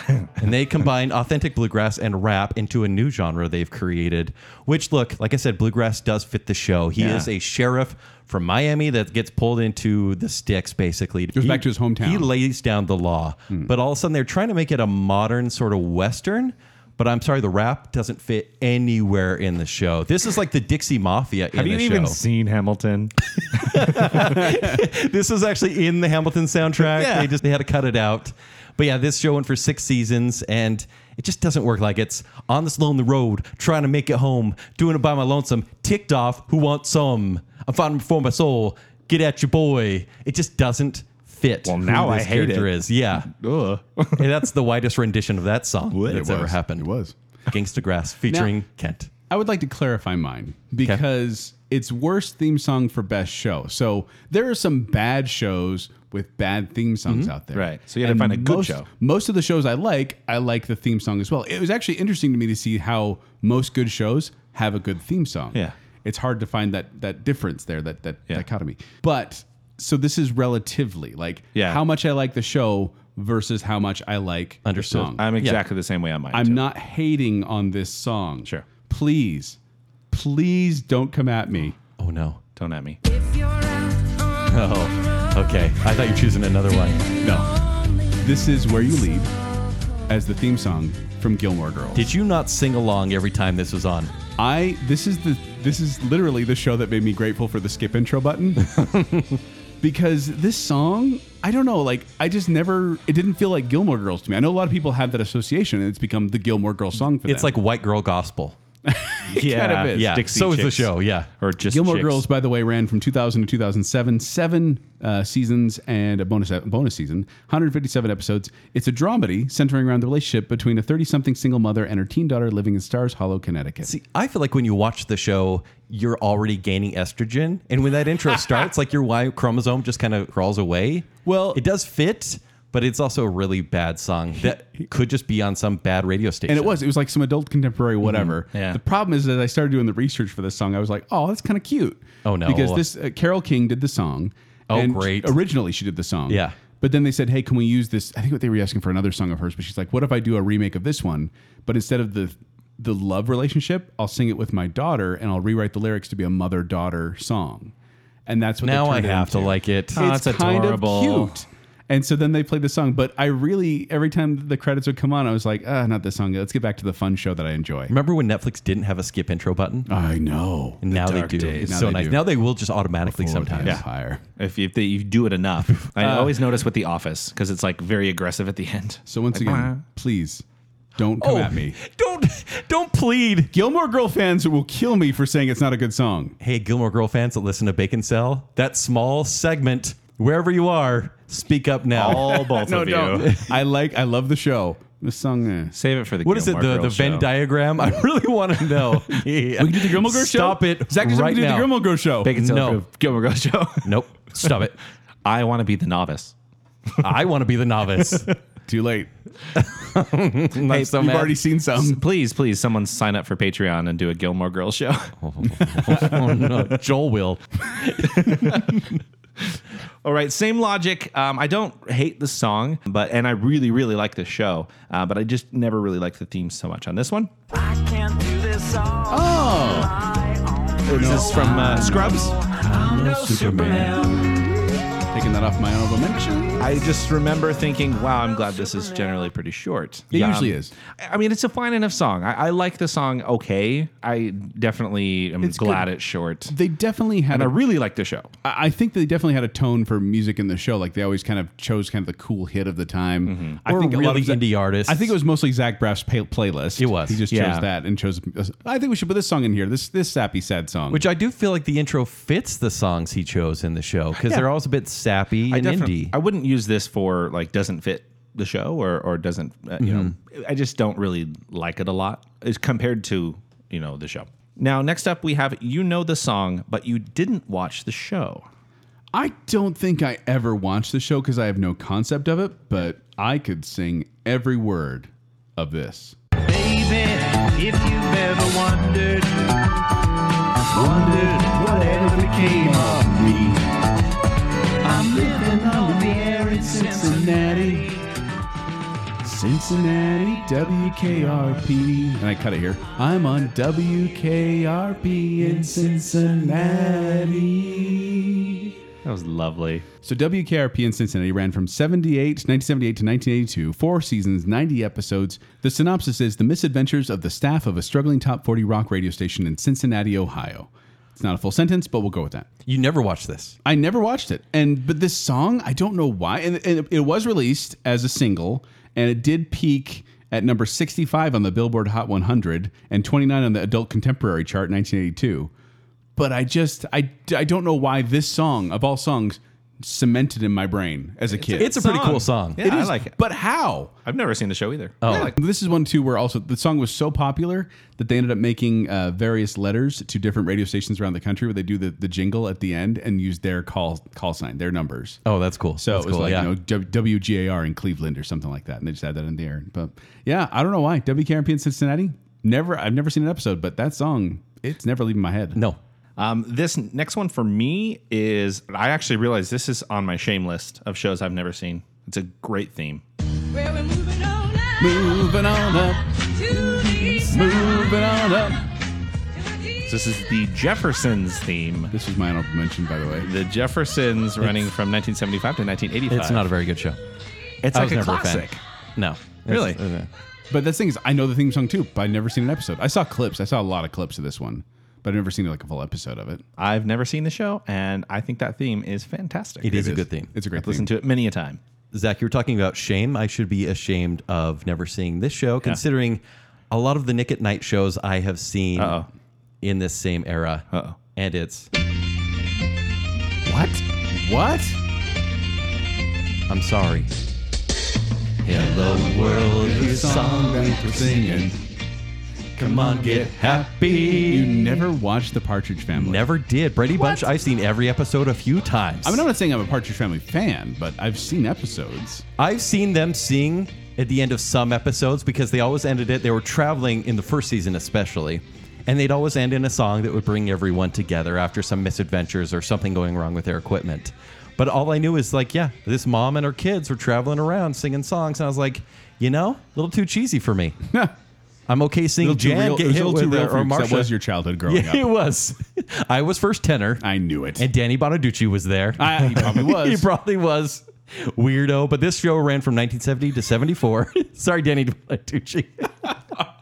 and they combine authentic bluegrass and rap into a new genre they've created. Which, look, like I said, bluegrass does fit the show. He Yeah. is a sheriff from Miami that gets pulled into the sticks, basically. Goes He- back to his hometown. He lays down the law, Hmm. but all of a sudden they're trying to make it a modern sort of western. But I'm sorry, the rap doesn't fit anywhere in the show. This is like the Dixie Mafia in Have the you even show. seen Hamilton? this was actually in the Hamilton soundtrack. Yeah. They just they had to cut it out. But yeah, this show went for six seasons, and it just doesn't work. Like it's on this lonely road, trying to make it home, doing it by my lonesome, ticked off. Who wants some? I'm fighting for my soul. Get at your boy. It just doesn't fit. Well, who now I this hate character it. is. Yeah, Ugh. and that's the widest rendition of that song that's ever happened. It was. Gangsta Grass [laughs] featuring Now- Kent. I would like to clarify mine because it's worst theme song for best show. So there are some bad shows with bad theme songs out there. Right. So you gotta And find a good most- show. Most of the shows I like, I like the theme song as well. It was actually interesting to me to see how most good shows have a good theme song. Yeah. It's hard to find that that difference there, that that Yeah. dichotomy. But so this is relatively like Yeah. how much I like the show versus how much I like Understood. the song. I'm exactly the same way on mine. I'm too. not hating on this song. Sure. Please, please don't come at me. Oh no. Don't at me. Oh, okay. I thought you were choosing another one. No. This is Where You Lead as the theme song from Gilmore Girls. Did you not sing along every time this was on? I this is the this is literally the show that made me grateful for the skip [laughs] intro button. because this song, I don't know, like I just never it didn't feel like Gilmore Girls to me. I know a lot of people have that association and it's become the Gilmore Girls song for them. It's like white girl [laughs] gospel. yeah, kind of is. Yeah. Dixie so is the Chicks. show. Yeah. Or just Gilmore Chicks. Girls, by the way, ran from 2000 to 2007, seven uh, seasons and a bonus bonus season, 157 episodes. It's a dramedy centering around the relationship between a 30-something single mother and her teen daughter living in Stars Hollow, Connecticut. See, I feel like when you watch the show, you're already gaining estrogen, and when that [laughs] intro starts, like your Y chromosome just kind of crawls away. Well- it does fit, but it's also a really bad song that could just be on some bad radio station. and it was it was like some adult contemporary Mm-hmm. whatever. Yeah. The problem is that I started doing the research for this song. I was like, oh, that's kind of cute. Oh, no. Because this uh, Carol King did the song. Oh, and great. Originally, she did the song. Yeah. But then they said, hey, can we use this? I think what they were asking for another song of hers, but she's like, what if I do a remake of this one? But instead of the the love relationship, I'll sing it with my daughter, and I'll rewrite the lyrics to be a mother daughter song. And that's what they Now I turned it have to into like it. Oh, it's that's kind adorable. of cute. And so then they played the song, but I really every time the credits would come on, I was like, ah, not this song. Let's get back to the fun show that I enjoy. Remember when Netflix didn't have a skip intro button? Mm-hmm. I know. And now they Oh, dark do. days. It's Now so they nice. do. Now they will just automatically sometimes. Yeah. Empire. If you, if they, you do it [laughs] enough, I always notice with The Office because it's like very aggressive at the end. So once Like, again, please don't come Oh, at me. don't don't plead. Gilmore Girl fans will kill me for saying it's not a good song. Hey, Gilmore Girl fans that listen to Bacon Cell, that small segment, wherever you are, speak up now. all both of you. I like. I love the show. The song. eh. Save it for the What is it? Gilmore The, the Girls Venn show. diagram? I really want to know. Yeah. [laughs] We can do the Gilmore Girl show. Stop it Zach, we right can do now. the Gilmore Girl show. Bacon No. no. [laughs] Gilmore Girls show. Nope. Stop it. I want to be the novice. I want to be the [laughs] novice. Too late. I'm so You've mad. already seen some. Please, please, someone sign up for Patreon and do a Gilmore Girls show. [laughs] oh, no. Joel will. All right, same logic. Um, I don't hate the song, but and I really, really like the show, uh, but I just never really liked the theme so much on this one. I can't do this all Oh, This is from uh, Scrubs. I'm no Superman. taking that off my honorable mention. I just remember thinking, wow, I'm glad this is generally pretty short. um, It usually is. I mean, it's a fine enough song. I, I like the song okay. I definitely am It's glad good. it's short. They definitely had And I a really like the show. I I think they definitely had a tone for music in the show. Like they always kind of chose kind of the cool hit of the time. Mm. I Or think a lot really of Zac- indie artists. I think it was mostly Zach Braff's pay- playlist. It was. He just Yeah. chose that and chose. I think we should put this song in here. This this sappy sad song. Which I do feel like the intro fits the songs he chose in the show because they're always a bit sappy I and definitely- indie. I wouldn't use this for like doesn't fit the show or or doesn't uh, you Mm-hmm. know. I just don't really like it a lot as compared to you know the show. Now next up we have you know the song but you didn't watch the show. I don't think I ever watched the show because I have no concept of it. But I could sing every word of this. Baby, if you've ever wondered, wondered whatever became of me. I'm living on the air in Cincinnati. Cincinnati WKRP. And I cut it here. I'm on WKRP in Cincinnati. That was lovely. So WKRP in Cincinnati ran from 78, 1978 to 1982, four seasons, 90 episodes. The synopsis is the misadventures of the staff of a struggling top 40 rock radio station in Cincinnati, Ohio. It's not a full sentence, but we'll go with that. you never watched this. I never watched it, and but this song, I don't know why, and, and it, was released as a single, and it did peak at number 65 on the Billboard Hot 100 and 29 on the Adult Contemporary chart in 1982. But I just, I, I don't know why this song of all songs cemented in my brain as a kid. It's a pretty cool song. Yeah, I like it. But how? I've never seen the show either. Oh. Yeah, like- this is one too where also the song was so popular that they ended up making uh, various letters to different radio stations around the country where they do the, the jingle at the end and use their call call sign, their numbers. Oh, that's cool. So That's it was cool, like yeah. you know w- WGAR in Cleveland or something like that, and they just had that in the air. But yeah, I don't know why WKRP in Cincinnati. Never, I've never seen an episode, but that song, it's never leaving my head. No. Um, this next one for me is I actually realized this is on my shame list of shows I've never seen. It's a great theme. Where we're moving on up Moving on up, to the east moving on up. So this is the Jeffersons theme. This was my honorable mention, by the way. The Jeffersons running from 1975 to 1985. It's not a very good show. It's I like was a never a classic. fan. No. Really? It's- uh, But the thing is, I know the theme song too, but I've never seen an episode. I saw clips. I saw a lot of clips of this one, but I've never seen like a full episode of it. I've never seen the show, and I think that theme is fantastic. It is a good theme. It's a great I've listened to it many a time. Zach, you were talking about shame. I should be ashamed of never seeing this show, considering a lot of the Nick at Night shows I have seen Uh-oh. in this same era. Uh-oh. And it's, What? What? I'm sorry. Hello world, The you song that we're singing. come on, get You happy. never watched The Partridge Family. Never did. Brady Bunch, I've seen every episode a few times. I mean, I'm not saying I'm a Partridge Family fan, but I've seen episodes. I've seen them sing at the end of some episodes because they always ended it. They were traveling in the first season, especially, and they'd always end in a song that would bring everyone together after some misadventures or something going wrong with their equipment. But all I knew is like, yeah, this mom and her kids were traveling around singing songs, and I was like, you know, a little too cheesy for [laughs] me. I'm okay Little seeing too Jan real- it get was a hit little with too real it for or you 'cause Marsha. [laughs] That was your childhood growing yeah, up. it was. [laughs] I was first tenor, I knew it. and Danny Bonaducci was there. I, he probably [laughs] was. He probably was weirdo, but this show ran from 1970 to 74. [laughs] Sorry, Danny Bonaducci.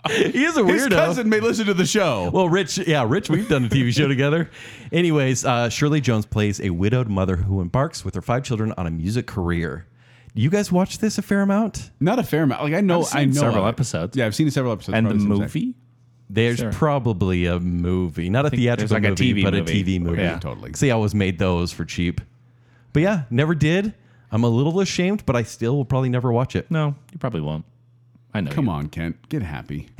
[laughs] he is a His weirdo. cousin may listen to the show. Well, Rich, yeah, Rich, we've done a TV show together. Anyways, uh, Shirley Jones plays a widowed mother who embarks with her five children on a music career. Do you guys watch this a fair amount? not a fair amount. Like I know, I've seen I know several of it. episodes. Yeah, I've seen several episodes. And the probably some exact- movie? There's Sure. probably a movie, not a theatrical like a movie, TV but movie. a TV movie. Yeah, totally. See, I always made those for cheap. But yeah, never did. I'm a little ashamed, but I still will probably never watch it. No, you probably won't. I know. Come you. on, Kent, get happy.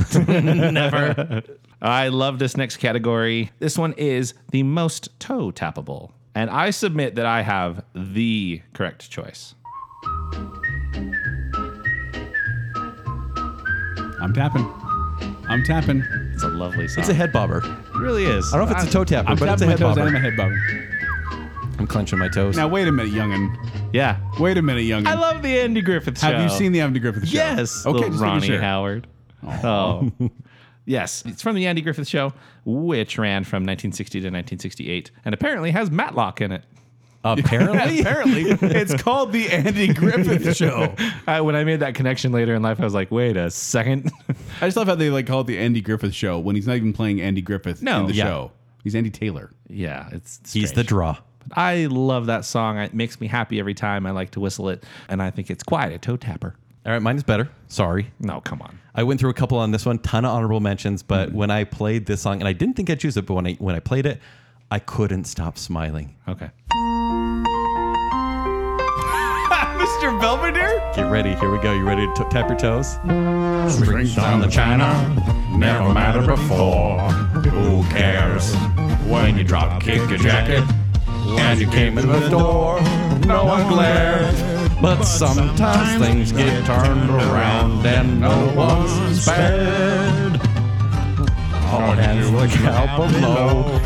I love this next category. This one is the most toe tappable. And I submit that I have the correct choice. I'm tapping. I'm tapping. It's a lovely song. It's a head bobber. It really is. I don't know if it's a toe tapper, I'm but tapping it's a my head toes bobber. and my head bobbing. I'm clenching my toes. [laughs] Now wait a minute, youngin. Yeah. Wait a minute, youngin. I love the Andy Griffith show. Have you seen the Andy Griffith show? Yes. Okay, Little just making Ronnie sure. Howard. Oh. yes. It's from the Andy Griffith show, which ran from 1960 to 1968 and apparently has Matlock in it. Apparently, Oh, [laughs] Apparently, it's called the Andy Griffith Show. I, when I made that connection later in life, I was like, wait a second. [laughs] I just love how they like call it the Andy Griffith Show when he's not even playing Andy Griffith No. in the Yeah. show. He's Andy Taylor. yeah. It's he's the strange. draw. I love that song. It makes me happy every time. I like to whistle it, and I think it's quite a toe tapper. All right, mine is better. Sorry. No, come on. I went through a couple on this one, ton of honorable mentions, but when I played this song, and I didn't think I'd choose it, but when I when I played it, I couldn't stop smiling. [laughs] Okay. Mr. Belvedere? Get ready, here we go. You ready to t- tap your toes? Drinks on the china never mattered before. Who cares when you drop kick your jacket and you came in the door? No one glared, But sometimes things get turned around and no one spared. Hard as the cow below.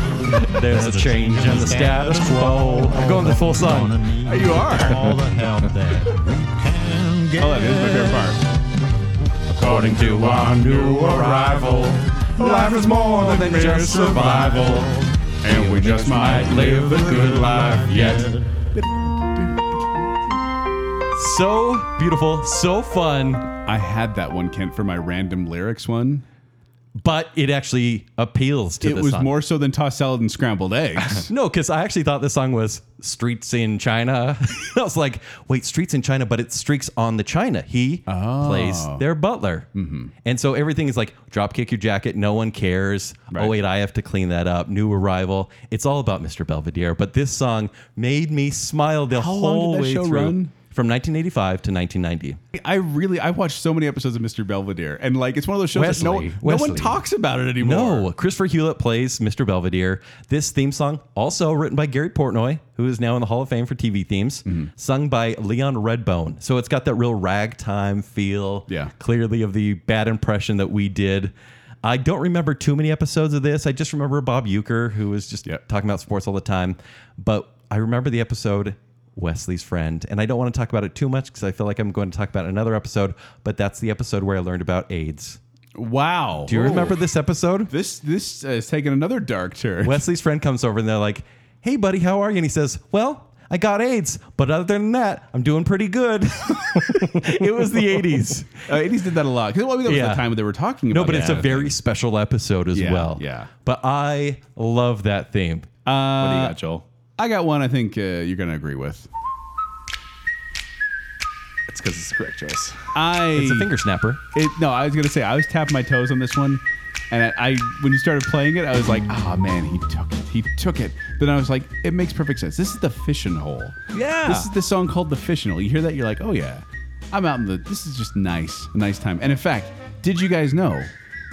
there's a change in the status quo. I'm going the full song. You are. All the help that we can get. Oh, that is my favorite part. According to our new arrival, life is more than just survival. And we just might live a good life yet. So beautiful, so fun. I had that one, Kent, for my random lyrics one. but it actually appeals to it the was song. more so than tossed salad and scrambled [laughs] eggs. No, because I actually thought this song was Streets in China. [laughs] I was like, wait, Streets in China, but it's Streaks on the China. He plays Oh. their butler. Mm-hmm. And so everything is like, drop kick your jacket, no one cares. Oh, wait, I have to clean that up. New arrival. It's all about Mr. Belvedere. But this song made me smile the How long did whole that way show through. run? From 1985 to 1990. I really I watched so many episodes of Mr. Belvedere, and like it's one of those shows that no, Wesley, no one Wesley. talks about it anymore. No, Christopher Hewlett plays Mr. Belvedere. This theme song, also written by Gary Portnoy, who is now in the Hall of Fame for TV themes, sung by Leon Redbone. So it's got that real ragtime feel, Yeah. clearly of the bad impression that we did. I don't remember too many episodes of this. I just remember Bob Euchre, who was just Yep. talking about sports all the time. But I remember the episode Wesley's friend, and I don't want to talk about it too much because I feel like I'm going to talk about it in another episode. But that's the episode where I learned about AIDS. Wow. Do you remember this episode? this? This uh, is taking another dark turn. Wesley's friend comes over and they're like, "Hey, buddy, how are you?" And he says, "Well, I got AIDS, but other than that, I'm doing pretty good." [laughs] it was the '80s. Uh, 80s did that a lot. 'Cause, Well, I mean, that was Yeah. the time they were talking about No, but it's a that. very special episode as Yeah, well. yeah. Uh, But I love that theme. what do you got, Joel? I got one I think uh, you're going to agree with. It's because it's the correct choice. I It's a finger snapper. It, no, I was gonna say I was tapping my toes on this one, and I, I when you started playing it, I was like, ah man, he took it, he took it. Then I was like, it makes perfect sense. This is the fishing hole. Yeah. This is the song called the fishing hole. You hear that, you're like, oh yeah, I'm out in the. This is just nice, a nice time. And in fact, did you guys know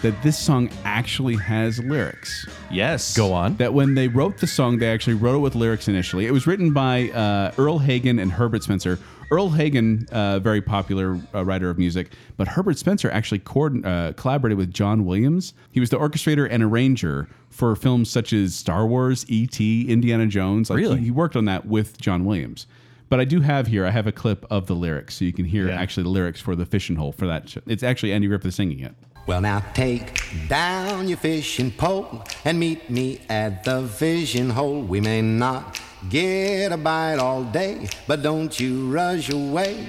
that this song actually has lyrics? Yes. Go on. That when they wrote the song, they actually wrote it with lyrics initially. It was written by uh, Earl Hagen and Herbert Spencer. Earl Hagen, uh, very popular uh, writer of music, but Herbert Spencer actually coordin- uh, collaborated with John Williams. He was the orchestrator and arranger for films such as Star Wars, E.T., Indiana Jones. Like, Really? He, he worked on that with John Williams. But I do have here, I have a clip of the lyrics, so you can hear actually the lyrics for the fishing hole for that. sh- It's actually Andy Griffith singing it. Well, now take down your fishing pole and meet me at the fishing hole. We may not get a bite all day, but don't you rush away.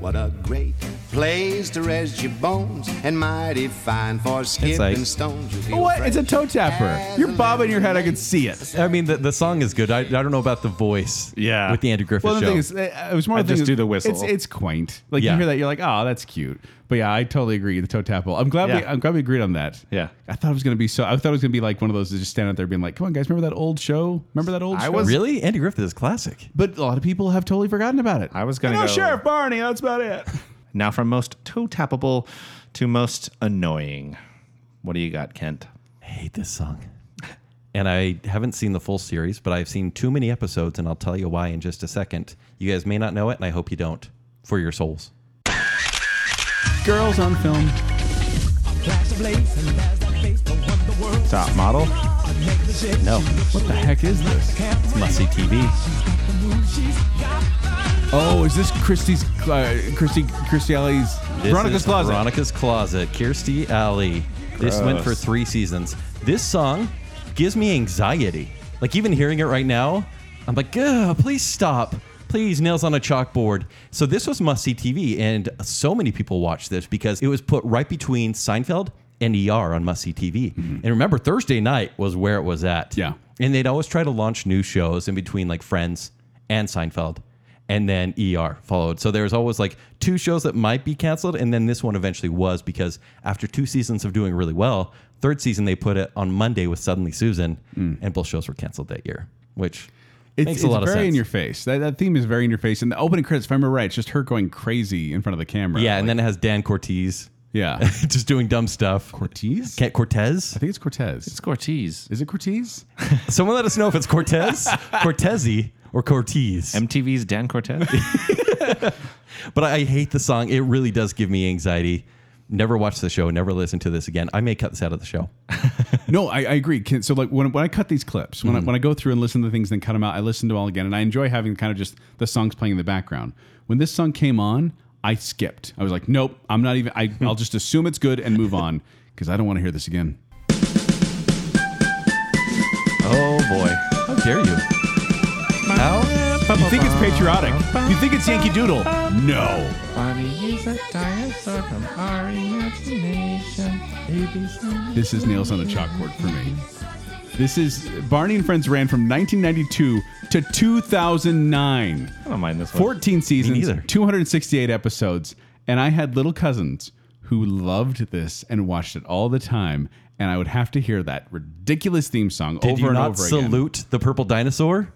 What a great place to rest your bones and mighty fine for skipping like- stones. You feel What? It's a fresh toe tapper. as You're a bobbing your lemon. head. I can see it. I mean, the, the song is good. I, I don't know about the voice. Yeah. With the Andrew Griffith Well, the show. thing is, uh, it was more. I the thing just is, do the whistle. It's, it's quaint. Like Yeah. you hear that, you're like, oh, that's cute. But yeah, I totally agree. The toe tapple. I'm glad. We, Yeah. I'm glad we agreed on that. Yeah. I thought it was gonna be so. I thought it was gonna be like one of those that just stand out there being like, come on, guys, remember that old show? Remember that old I show? was- really Andy Griffith is classic. But a lot of people have totally forgotten about it. I was gonna You know, go- Sheriff Barney. That's about [laughs] it. Now, from most toe tappable to most annoying, what do you got, Kent? I hate this song. And I haven't seen the full series, but I've seen too many episodes, and I'll tell you why in just a second. You guys may not know it, and I hope you don't. For your souls. Girls on film. Top model. No. What the heck is this? Must see TV. Oh, is this Christie's? Uh, Christy Christy Alley's This Veronica's is Closet. Veronica's Closet. Kirstie Alley. This went for three seasons. This song gives me anxiety. Like even hearing it right now, I'm like, Ugh, please stop. Please, nails on a chalkboard. So this was must see TV, and so many people watched this because it was put right between Seinfeld and ER on must see TV. And remember, Thursday night was where it was at. Yeah. And they'd always try to launch new shows in between like Friends and Seinfeld and then ER followed. So there was always like two shows that might be canceled and then this one eventually was because after two seasons of doing really well, third season they put it on Monday with Suddenly Susan and both shows were canceled that year, which It's, makes it's a lot very of sense. in your face. That, that theme is very in your face. And the opening credits, if I remember right, it's just her going crazy in front of the camera. yeah, and Like, then it has Dan Cortez yeah. [laughs] just doing dumb stuff. Cortez? Can't Cortez? I think it's Cortez. It's Cortez. is it Cortez? Someone let us know if it's Cortez, Cortezi, or Cortez. MTV's Dan Cortez. But I hate the song. It really does give me anxiety. Never watch the show. Never listen to this again. I may cut this out of the show. no, I, I agree. Can- So like when, when I cut these clips, when, I, Mm-hmm. when I go through and listen to things, then cut them out, I listen to them all again, and I enjoy having kind of just the songs playing in the background. When this song came on, I skipped. I was like, nope, I'm not even. I, I'll just assume it's good and move on because I don't want to hear this again. [laughs] oh boy. How dare you? How? You think it's patriotic? You think it's Yankee Doodle? No. is a dinosaur from our imagination. This is nails on a chalkboard for me. This is Barney and Friends ran from 1992 to 2009. I don't mind this one. 14 seasons, neither. 268 episodes, and I had little cousins who loved this and watched it all the time, and I would have to hear that ridiculous theme song Did over you and not over again. salute the purple dinosaur?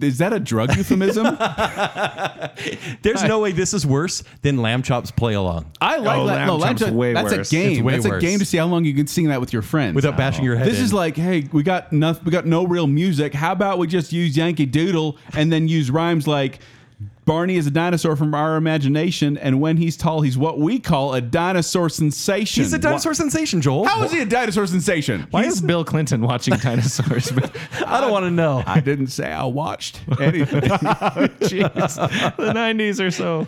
Is that a drug [laughs] euphemism? There's [laughs] no way this is worse than Lamb Chop's play along I like Oh, that. Lamb No, Lamb Chomp's Chop- way that's worse. a game. It's way that's a worse. game to see how long you can sing that with your friends. without bashing your head. this is in. like, hey, we got nothing. We got no real music. How about we just use Yankee Doodle and then use rhymes like Barney is a dinosaur from our imagination, and when he's tall, he's what we call a dinosaur sensation. he's a dinosaur sensation, Joel. Wha- How is he a dinosaur sensation? Why [laughs] is Bill Clinton watching dinosaurs? But [laughs] I don't want to know. I didn't say I watched anything, [laughs] jeez, the nineties or so.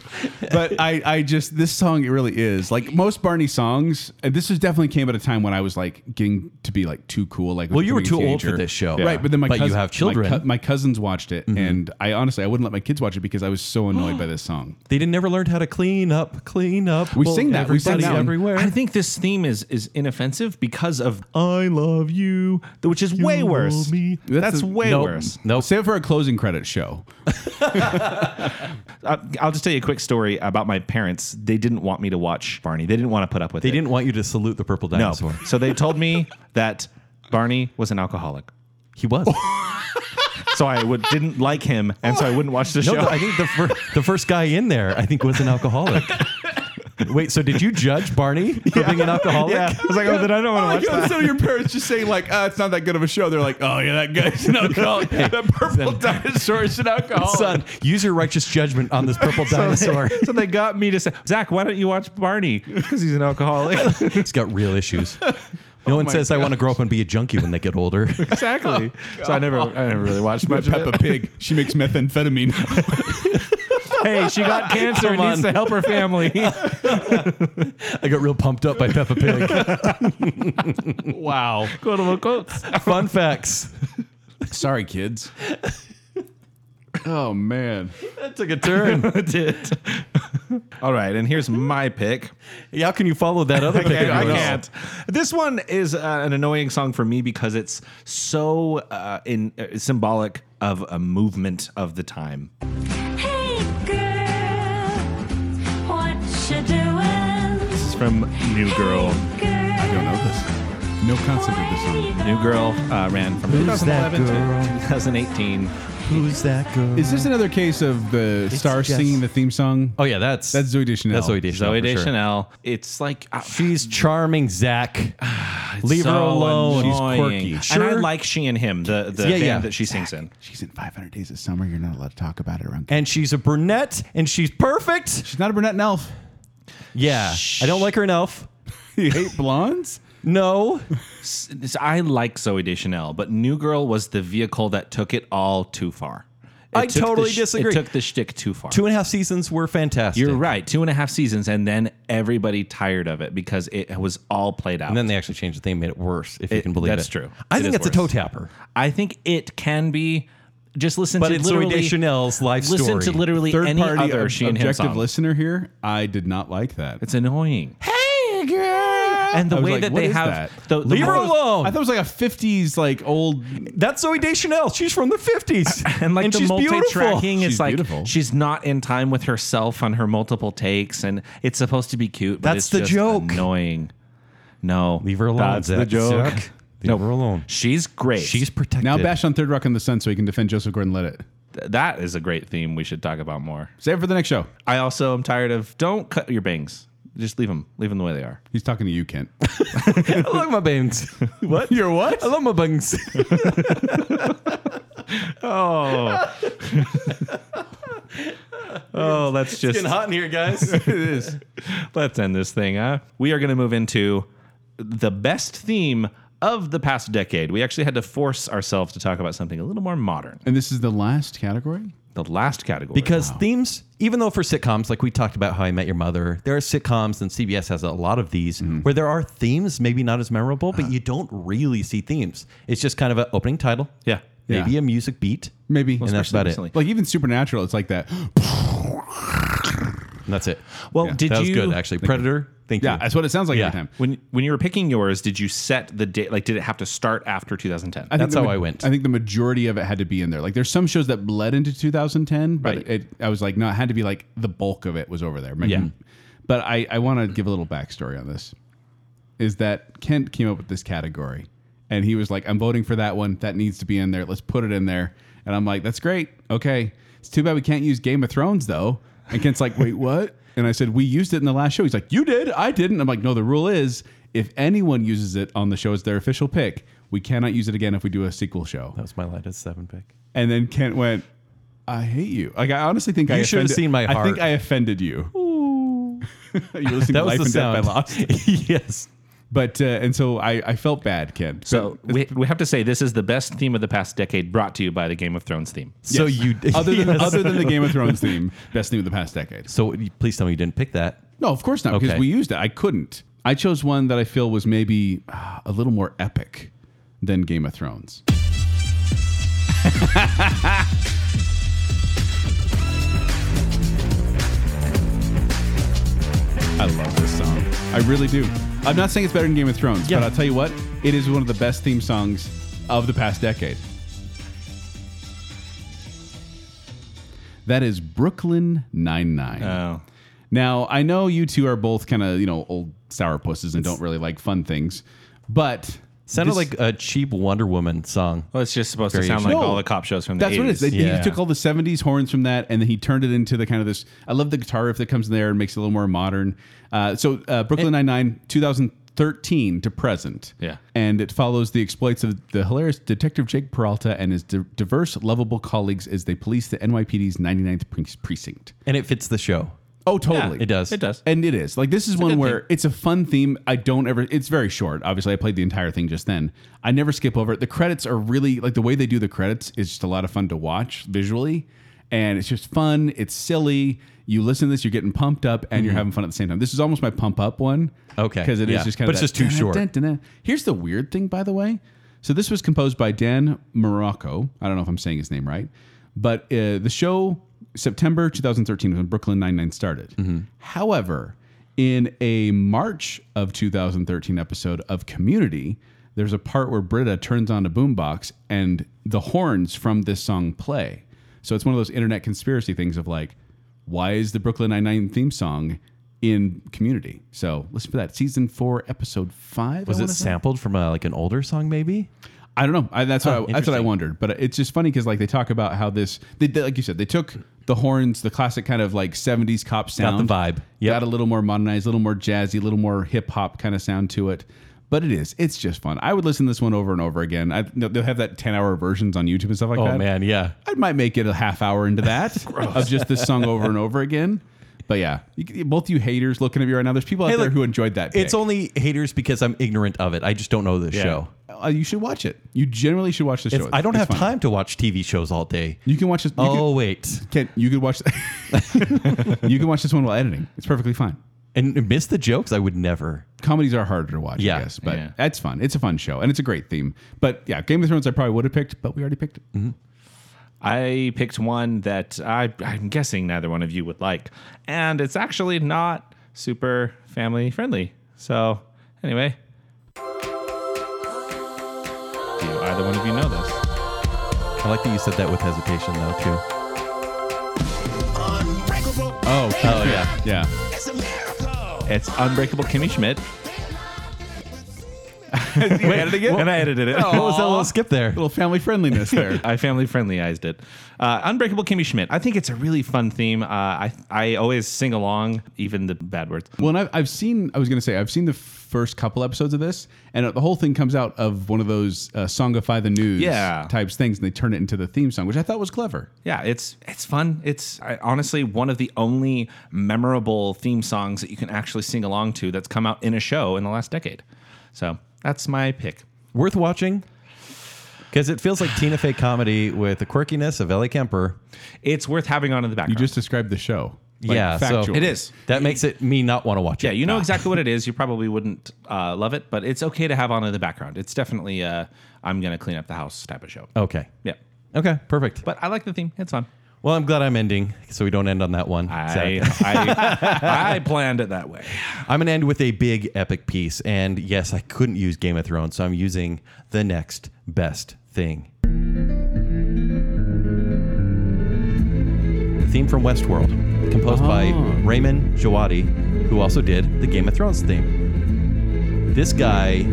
but I, I just this song it really is like most Barney songs. And this is definitely came at a time when I was like getting to be like too cool. Like Well, you were becoming a too old for teenager. this show. right? But then my But you cousin- have children. Mm-hmm. My, cou- my cousins watched it, and I honestly I wouldn't let my kids watch it because I was so annoyed by this song. They didn't never learned how to clean up, clean up. We sing that, we sing everybody that one. everywhere. I think this theme is is inoffensive because of "I love you," which is way worse. That's, a- way nope. worse. Nope. Save it for a closing credit show. I- Uh, I'll just tell you a quick story about my parents. They didn't want me to watch Barney. They didn't want to put up with They it. didn't want you to salute the purple No. dinosaur. So they told me that Barney was an alcoholic. He [laughs] was. So I would didn't like him, and so I wouldn't watch the No, show. the- I think the, fir- the first guy in there, I think, was an alcoholic. [laughs] Wait, so did you judge Barney for being an alcoholic? yeah. I was like, oh, then I don't want to watch that. so [laughs] your parents just saying like, uh, it's not that good of a show. They're like, oh yeah, that guy's an alcoholic. that purple [laughs] dinosaur is an alcoholic. Son, use your righteous judgment on this purple dinosaur. [laughs] So they got me to say, Zach, why don't you watch Barney? Because he's [laughs] an alcoholic. [laughs] He's got real [laughs] issues. Oh No one says I want to grow up and be a junkie when they get older. exactly. so I never, I never really watched much. of it. Peppa Pig. She makes methamphetamine. [laughs] Hey, [laughs] she got cancer and Come needs on. to help her family. [laughs] I got real pumped up by Peppa Pig. [laughs] [laughs] wow. Quotable quotes. Fun facts. Sorry, kids. oh man. That took a turn. It [laughs] did. All right, and here's my pick. How can you follow that [laughs] other pick? I anyway? can't. This one is uh, an annoying song for me because it's so uh, in uh, symbolic of a movement of the time. Hey girl, what you doing? It's from New Girl. I don't know this. No concept of this song. New Girl uh, ran from Who's that 2011 to girl? 2018. Who's that girl? Is this another case of the star just- singing the theme song? oh yeah, that's That's Zooey Deschanel. That's Zoe Deschanel. Zoe for sure. Deschanel. It's like uh, She's charming, [sighs] Zach. Leave her so alone. annoying. She's quirky. And I Sure. like she and him, the, the Yeah, band yeah. that she sings in. She's in 500 Days of Summer. You're not allowed to talk about it around. and she's a brunette and she's perfect. She's not a brunette and elf. Yeah. I don't like her enough. [laughs] You hate blondes? No. This- I like Zoe Deschanel, but New Girl was the vehicle that took it all too far. It I took the totally sh- disagree. It took the shtick too far. Two and a half seasons were fantastic. You're right. Two and a half seasons, and then everybody tired of it because it was all played out. And then they actually changed the thing, made it worse, if you It- can believe that's it. true. I It think is it's a toe worse. tapper. I think it can be. Just listen But to it's Zoe literally Deschanel's life listen story. to literally Third any party other ob- she and him objective song. listener here. I did not like that. It's annoying. hey girl. And the way that they have the- the Leave her most- alone. I thought it was like a 50s like old. That's Zoe Deschanel. She's from the 50s. [laughs] and like the she's multi-tracking beautiful. is She's like beautiful. she's not in time with herself on her multiple takes and it's supposed to be cute but That's it's the just joke. annoying no Leave her alone. that's Zach. the joke Zach, Leave her alone. she's great She's protected. Now bash on Third Rock in the Sun so he can defend Joseph Gordon-Levitt. Th- that is a great theme we should talk about more Save it for the next show. i also am tired of don't cut your bangs just leave them leave them the way they are He's talking to you, Kent. [laughs] I love my [laughs] bangs. what? You're what? I love my bangs. oh let's just hot in here, [laughs] guys. let's end this thing huh we are going to move into the best theme of the past decade we actually had to force ourselves to talk about something a little more modern [laughs] And this is the last category? the last category Because themes, even though for sitcoms, like we talked about How I Met Your Mother, there are sitcoms, and CBS has a lot of these, Mm-hmm. where there are themes, maybe not as memorable, Uh-huh. but you don't really see themes. It's just kind of an opening title. Yeah. Maybe Yeah. a music beat. Maybe. and that's about recently. it. [gasps] Like even Supernatural, it's like that. that's it. Well, did that was you- good actually? Thank you. Predator. Thank Yeah, you. that's what it sounds like Yeah. every time. When when you were picking yours, did you set the date? Like, did it have to start after 2010? I think That's the how ma- I went. I think the majority of it had to be in there. Like there's some shows that bled into 2010, but Right. it, I was like, no, it had to be like the bulk of it was over there. Maybe- Yeah. But I, I want to give a little backstory on this. Is that Kent came up with this category and he was like, I'm voting for that one. That needs to be in there. Let's put it in there. And I'm like, that's great. Okay. It's too bad we can't use Game of Thrones though. And Kent's like, wait, what? And I said, we used it in the last show. He's like, you did? I didn't. I'm like, no, the rule is if anyone uses it on the show as their official pick, we cannot use it again if we do a sequel show. that was my lightest seven pick. And then Kent went, I hate you. Like I honestly think I You should have offended- seen my I heart. think I offended you. [laughs] You're listening to That was Life the and sound. Death by [laughs] Lost. yes. But uh, and so I, I felt bad, Kent. so we, we have to say this is the best theme of the past decade, brought to you by the Game of Thrones theme. So you other [laughs] yes. than other than the Game of Thrones theme, best theme of the past decade. So you- please tell me you didn't pick that. No, of course not, because Okay. we used it. I couldn't. I chose one that I feel was maybe uh, a little more epic than Game of Thrones. [laughs] I love this song. I really do. I'm not saying it's better than Game of Thrones, Yeah. but I'll tell you what, it is one of the best theme songs of the past decade. That is Brooklyn Nine-Nine. Oh. Now, I know you two are both kind of, you know, old sourpusses and don't really like fun things, but. Sounded this- like a cheap Wonder Woman song. Well, it's just supposed to Variation. sound like No. all the cop shows from the That's 80s. what it is. They, Yeah. He took all the 70s horns from that and then he turned it into the kind of this. I love the guitar riff that comes in there and makes it a little more modern. Uh, so, uh, Brooklyn Nine-Nine, 2013 to present. Yeah. And it follows the exploits of the hilarious Detective Jake Peralta and his di- diverse, lovable colleagues as they police the NYPD's 99th pre- precinct. And it fits the show. Oh, totally. It does. It does. And it is. Like this is one where it's a fun theme. I don't ever it's very short. Obviously, I played the entire thing just then. I never skip over it. The credits are really like the way they do the credits is just a lot of fun to watch visually. And it's just fun. It's silly. You listen to this, you're getting pumped up and you're having fun at the same time. This is almost my pump up one. Okay. Because it is Yeah. just kind But of it's that just too short. dun-dun-dun. Here's the weird thing, by the way. So this was composed by Dan Morocco. I don't know if I'm saying his name right, but uh, the show September 2013 was when Brooklyn Nine Nine started. Mm-hmm. However, in a March of 2013 episode of Community, there's a part where Britta turns on a boombox and the horns from this song play. So it's one of those internet conspiracy things of like, why is the Brooklyn Nine Nine theme song in Community? So listen for that season four, episode five. Was I it wanna say? sampled from a, like an older song maybe? I don't know. I, that's Huh, what I, that's what I Oh, interesting. wondered. But it's just funny because like they talk about how this, they, they- like you said, they took the horns, the classic kind of like '70s cop sound, vibe. Yep. got a little more modernized, a little more jazzy, a little more hip hop kind of sound to it. But it is, it's just fun. I would listen to this one over and over again. I, they'll have that 10 hour versions on YouTube and stuff like Oh that. man, yeah. I might make it a half hour [laughs] into that of just this song over and over again. But yeah, you, both you haters looking at me right now. There's people out Hey, there look, who enjoyed that. It's pick. only haters because I'm ignorant of it. I just don't know this show. Uh, you should watch it. You generally should watch the show. It's- I don't It's have fun. time to watch TV shows all day. You can watch this. You oh can, wait, Kent, you could watch. [laughs] you can watch this one while editing. It's perfectly fine. and miss the jokes. I would never. Comedies are harder to watch, Yeah. I guess, but Yeah. that's fun. It's a fun show and it's a great theme. But yeah, Game of Thrones I probably would have picked, but we already picked it. Mm-hmm. I picked one that I, I'm guessing neither one of you would like. And it's actually not super family friendly. So, anyway. Do either one of you know this? I like that you said that with hesitation though too. Oh, Oh yeah, yeah. It's Unbreakable [laughs] Kimmy Schmidt. Wait, editing it? And I edited Oh. [laughs] it. what was that little skip there? Little family friendliness [laughs] there. I family friendlyized it. Uh, Unbreakable Kimmy Schmidt. I think it's a really fun theme. Uh, I I always sing along, even the bad words. Well, and I've, I've seen, I was going to say, I've seen the first couple episodes of this, and the whole thing comes out of one of those uh, Songify the News Yeah. types things, and they turn it into the theme song, which I thought was clever. Yeah, it's it's fun. It's I, honestly one of the only memorable theme songs that you can actually sing along to that's come out in a show in the last decade. So that's my pick. Worth watching because it feels like Tina Fey comedy with the quirkiness of Ellie Kemper. It's worth having on in the You background. just described the show. yeah, so factually. It is. That makes it me not want to watch it. yeah, you know exactly what it is. You probably wouldn't uh, love it, but it's okay to have on in the background. It's definitely uh, i I'm gonna clean up the house type of show. Okay. Yeah, Okay. Perfect. but I like the theme. It's fun. Well, I'm glad I'm ending so we don't end on that one. I, Sad. [laughs] I, I planned it that way. I'm going to end with a big epic piece. And yes, I couldn't use Game of Thrones, so I'm using the next best thing. The theme from Westworld, composed by Raymond Jawadi, who also did the Game of Thrones theme. This guy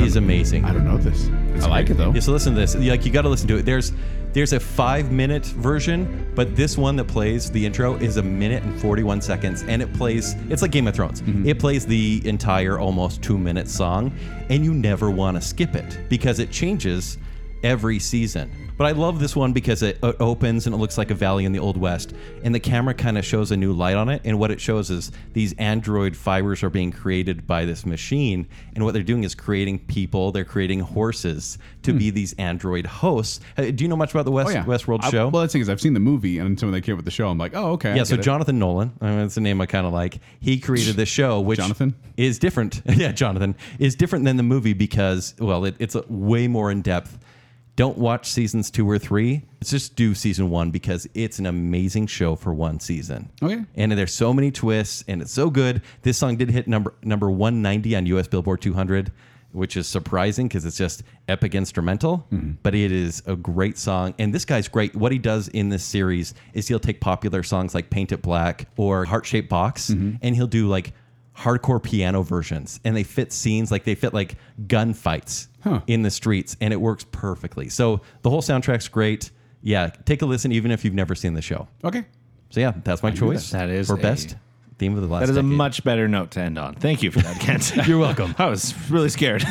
is amazing. I don't know this. I like it though. Yeah, so listen to this. Like you got to listen to it. There's there's a five minute version, but this one that plays the intro is a minute and forty one seconds, and it plays. It's like Game of Thrones. Mm-hmm. It plays the entire almost two minute song, and you never want to skip it because it changes every season. But I love this one because it, it opens and it looks like a valley in the Old West, and the camera kind of shows a new light on it. And what it shows is these android fibers are being created by this machine, and what they're doing is creating people. They're creating horses to be these android hosts. Uh, do you know much about the West Hmm. Oh, yeah. Westworld I- show? Well, that's the thing is I've seen the movie, and so when they came up with the show, I'm like, oh, okay. I yeah, so get it. Jonathan Nolan, I mean, that's a name I kind of like. He created this show, which Jonathan? is different. [laughs] yeah, Jonathan is different than the movie because, well, it, it's a, way more in depth. Don't watch seasons two or three. Let's just do season one because it's an amazing show for one season. Okay. And there's so many twists, and it's so good. This song did hit number number 190 on U.S. Billboard 200, which is surprising because it's just epic instrumental. But it is a great song, and this guy's great. What he does in this series is he'll take popular songs like "Paint It Black" or "Heart Shaped Box," and he'll do like hardcore piano versions, and they fit scenes like they fit like gunfights in the streets, and it works perfectly. So the whole soundtrack's great. Yeah, take a listen, even if you've never seen the show. Okay. So yeah, that's my choice. that. That is for a- best theme of the last. That is a decade. much better note to end on. Thank you for that, Kent. [laughs] You're welcome. I was really [laughs] scared.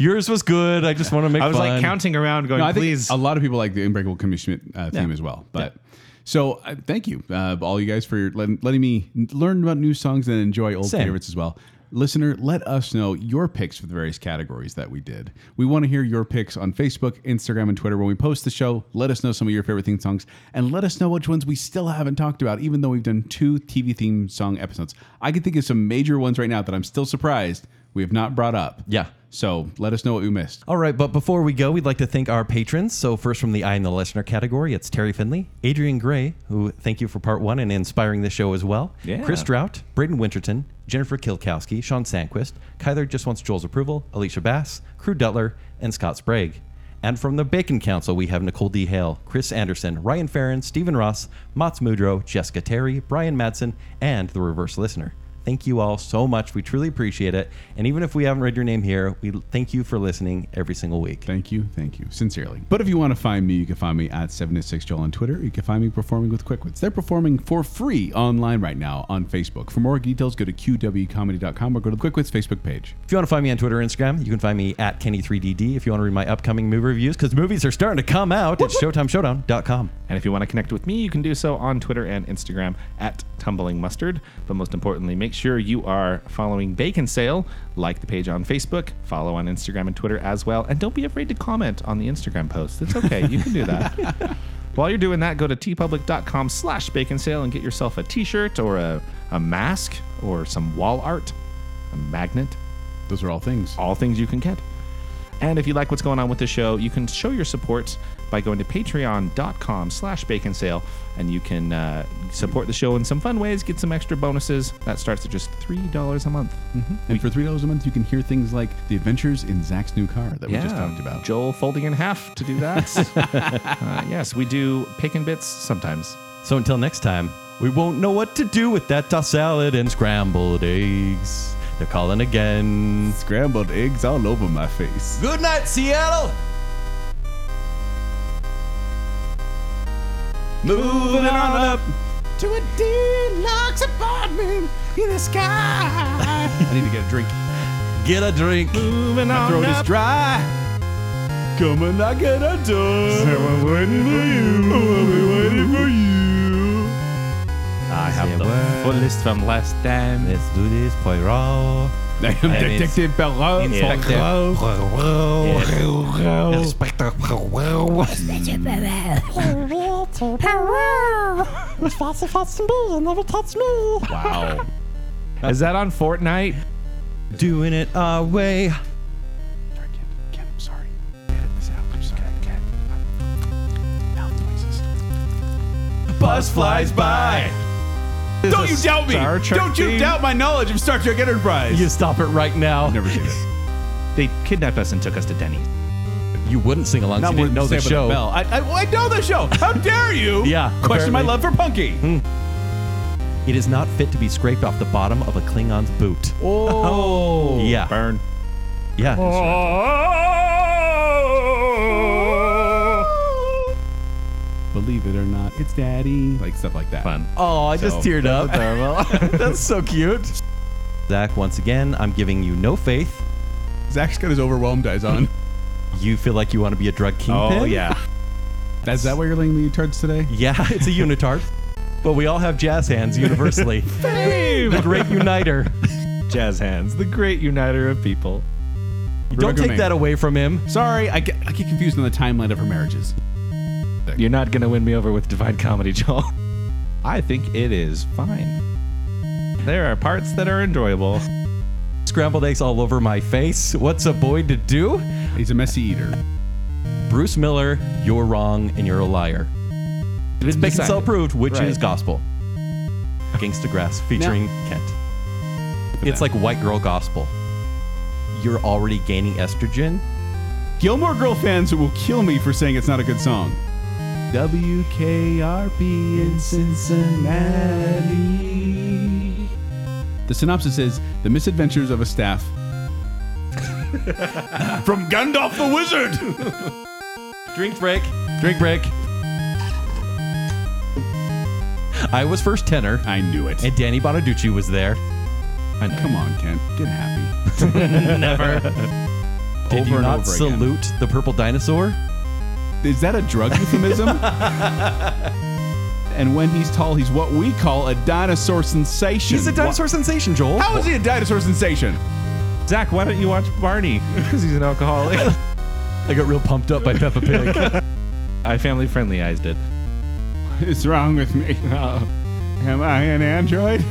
Yours was good. [laughs] I just want to make. I was fun. like counting around, going, No, I think "Please." a lot of people like the Unbreakable Kimmy Schmidt uh, theme as well. But so uh, thank you, uh, all you guys, for your letting, letting me learn about new songs and enjoy old Same. favorites as well. Listener, let us know your picks for the various categories that we did. We want to hear your picks on Facebook, Instagram, and Twitter when we post the show. Let us know some of your favorite theme songs and let us know which ones we still haven't talked about, even though we've done two TV theme song episodes. I can think of some major ones right now that I'm still surprised we have not brought up. Yeah. So let us know what we missed. All right, but before we go, we'd like to thank our patrons. So first from the I and the Listener category, it's Terry Finley, Adrian Gray, who thank you for part one and inspiring the show as well. Yeah. Chris Drought, Braden Winterton, Jennifer Kilkowski, Sean Sanquist, Kyler just wants Joel's approval, Alicia Bass, Crew Dutler, and Scott Sprague. And from the Bacon Council, we have Nicole D. Hale, Chris Anderson, Ryan Farron, Stephen Ross, Mats Mudro, Jessica Terry, Brian Madsen, and the Reverse Listener. Thank you all so much. We truly appreciate it. And even if we haven't read your name here, we thank you for listening every single week. Thank you. Thank you. Sincerely. But if you want to find me, you can find me at 76 Joel on Twitter. You can find me performing with Quickwits. They're performing for free online right now on Facebook. For more details, go to qwcomedy.com or go to the Quickwits Facebook page. If you want to find me on Twitter or Instagram, you can find me at Kenny3DD. If you want to read my upcoming movie reviews, because movies are starting to come out, it's ShowtimeShowdown.com. and if you want to connect with me, you can do so on Twitter and Instagram at Tumbling Mustard. But most importantly, make sure you are following Bacon Sale, like the page on Facebook, follow on Instagram and Twitter as well, and don't be afraid to comment on the Instagram post. It's okay, you can do that. While you're doing that, go to tpublic.com slash bacon sale and get yourself a t-shirt or a, a mask or some wall art, a magnet, Those are all things. all things you can get. And if you like what's going on with the show, you can show your support by going to patreon.com slash bacon sale and you can uh, support the show in some fun ways, get some extra bonuses. That starts at just $3 a month. And for $3 a month, you can hear things like The Adventures in Zach's New Car that we just talked about. Joel folding in half to do that. [laughs] uh, yes, we do pick and bits sometimes. So until next time, we won't know what to do with that tossed salad and scrambled eggs. They're calling again. Scrambled eggs all over my face. Good night, Seattle! Moving on up. To a deluxe apartment in the sky. I need to get a drink. Get a drink. Moving on Throat is up. dry. Come and knock at our door. I'm waiting for you. I'm waiting for you. I have the word. full list from last time. Let's do this, Poirot. I am I mean, Detective Perrault. Inspector Wow. Is that on Fortnite? Doing it our way. Sorry, Ken. Ken, I'm sorry. Edit this out. I'm sorry. Ken. Mouth noises. bus flies by. Don't you doubt me. Star Trek Don't you theme? doubt my knowledge of Star Trek Enterprise. You stop it right now. Never seen it. They kidnapped us and took us to Denny's. You wouldn't sing along. 'cause You didn't know the Saved by show. Bell. I, I, well, I know the show. How dare you? Yeah, Question my apparently. love for Punky. It is not fit to be scraped off the bottom of a Klingon's boot. Oh. [laughs] yeah. Burn. Yeah. that's right. Believe it or not, it's daddy. Like stuff like that. Fun. Oh, I just So, teared up. [laughs] that's so cute. Zach, once again, I'm giving you no faith. Zach's got his overwhelmed eyes on. You feel like you want to be a drug kingpin? [laughs] Oh, yeah. Is that why you're laying the tards today? Yeah, [laughs] it's a unitard. but we all have jazz hands [laughs] universally. the great uniter. Jazz Hands, the great uniter of people. Don't Rebecca take May. that away from him. Sorry, I get, I get confused on the timeline of her marriages. You're not going to win me over with Divine Comedy, Joel. I think it is fine. There are parts that are enjoyable. Scrambled eggs all over my face. What's a boy to do? He's a messy eater. Bruce Miller, you're wrong and you're a liar. It's Bacon Cell proved, which Right. is gospel. Gangsta Grass featuring Kent. It's like white girl gospel. You're already gaining estrogen. Gilmore Girl fans will kill me for saying it's not a good song. WKRP in Cincinnati. The synopsis is The Misadventures of a Staff. From Gandalf the Wizard. Drink break. Drink break. I was first tenor, I knew it. and Danny Bonaducci was there. Come on, Kent. Get happy. Did Over you and not over again. salute the purple dinosaur? Is that a drug [laughs] euphemism? and when he's tall, he's what we call a dinosaur sensation. He's a dinosaur sensation, Joel. How is he a dinosaur sensation? Zach, why don't you watch Barney? Because he's an alcoholic. I got real pumped up by Peppa Pig. [laughs] I family friendly eyes did. What is wrong with [laughs] me? am I an android?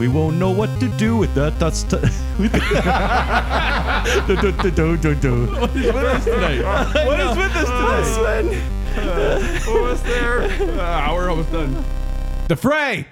We won't know what to do with that. [laughs] [laughs] That's t- do, do, do, do, do, do. What is with us today? What is with us today? [laughs] Almost there. Ah, we're almost done. The fray.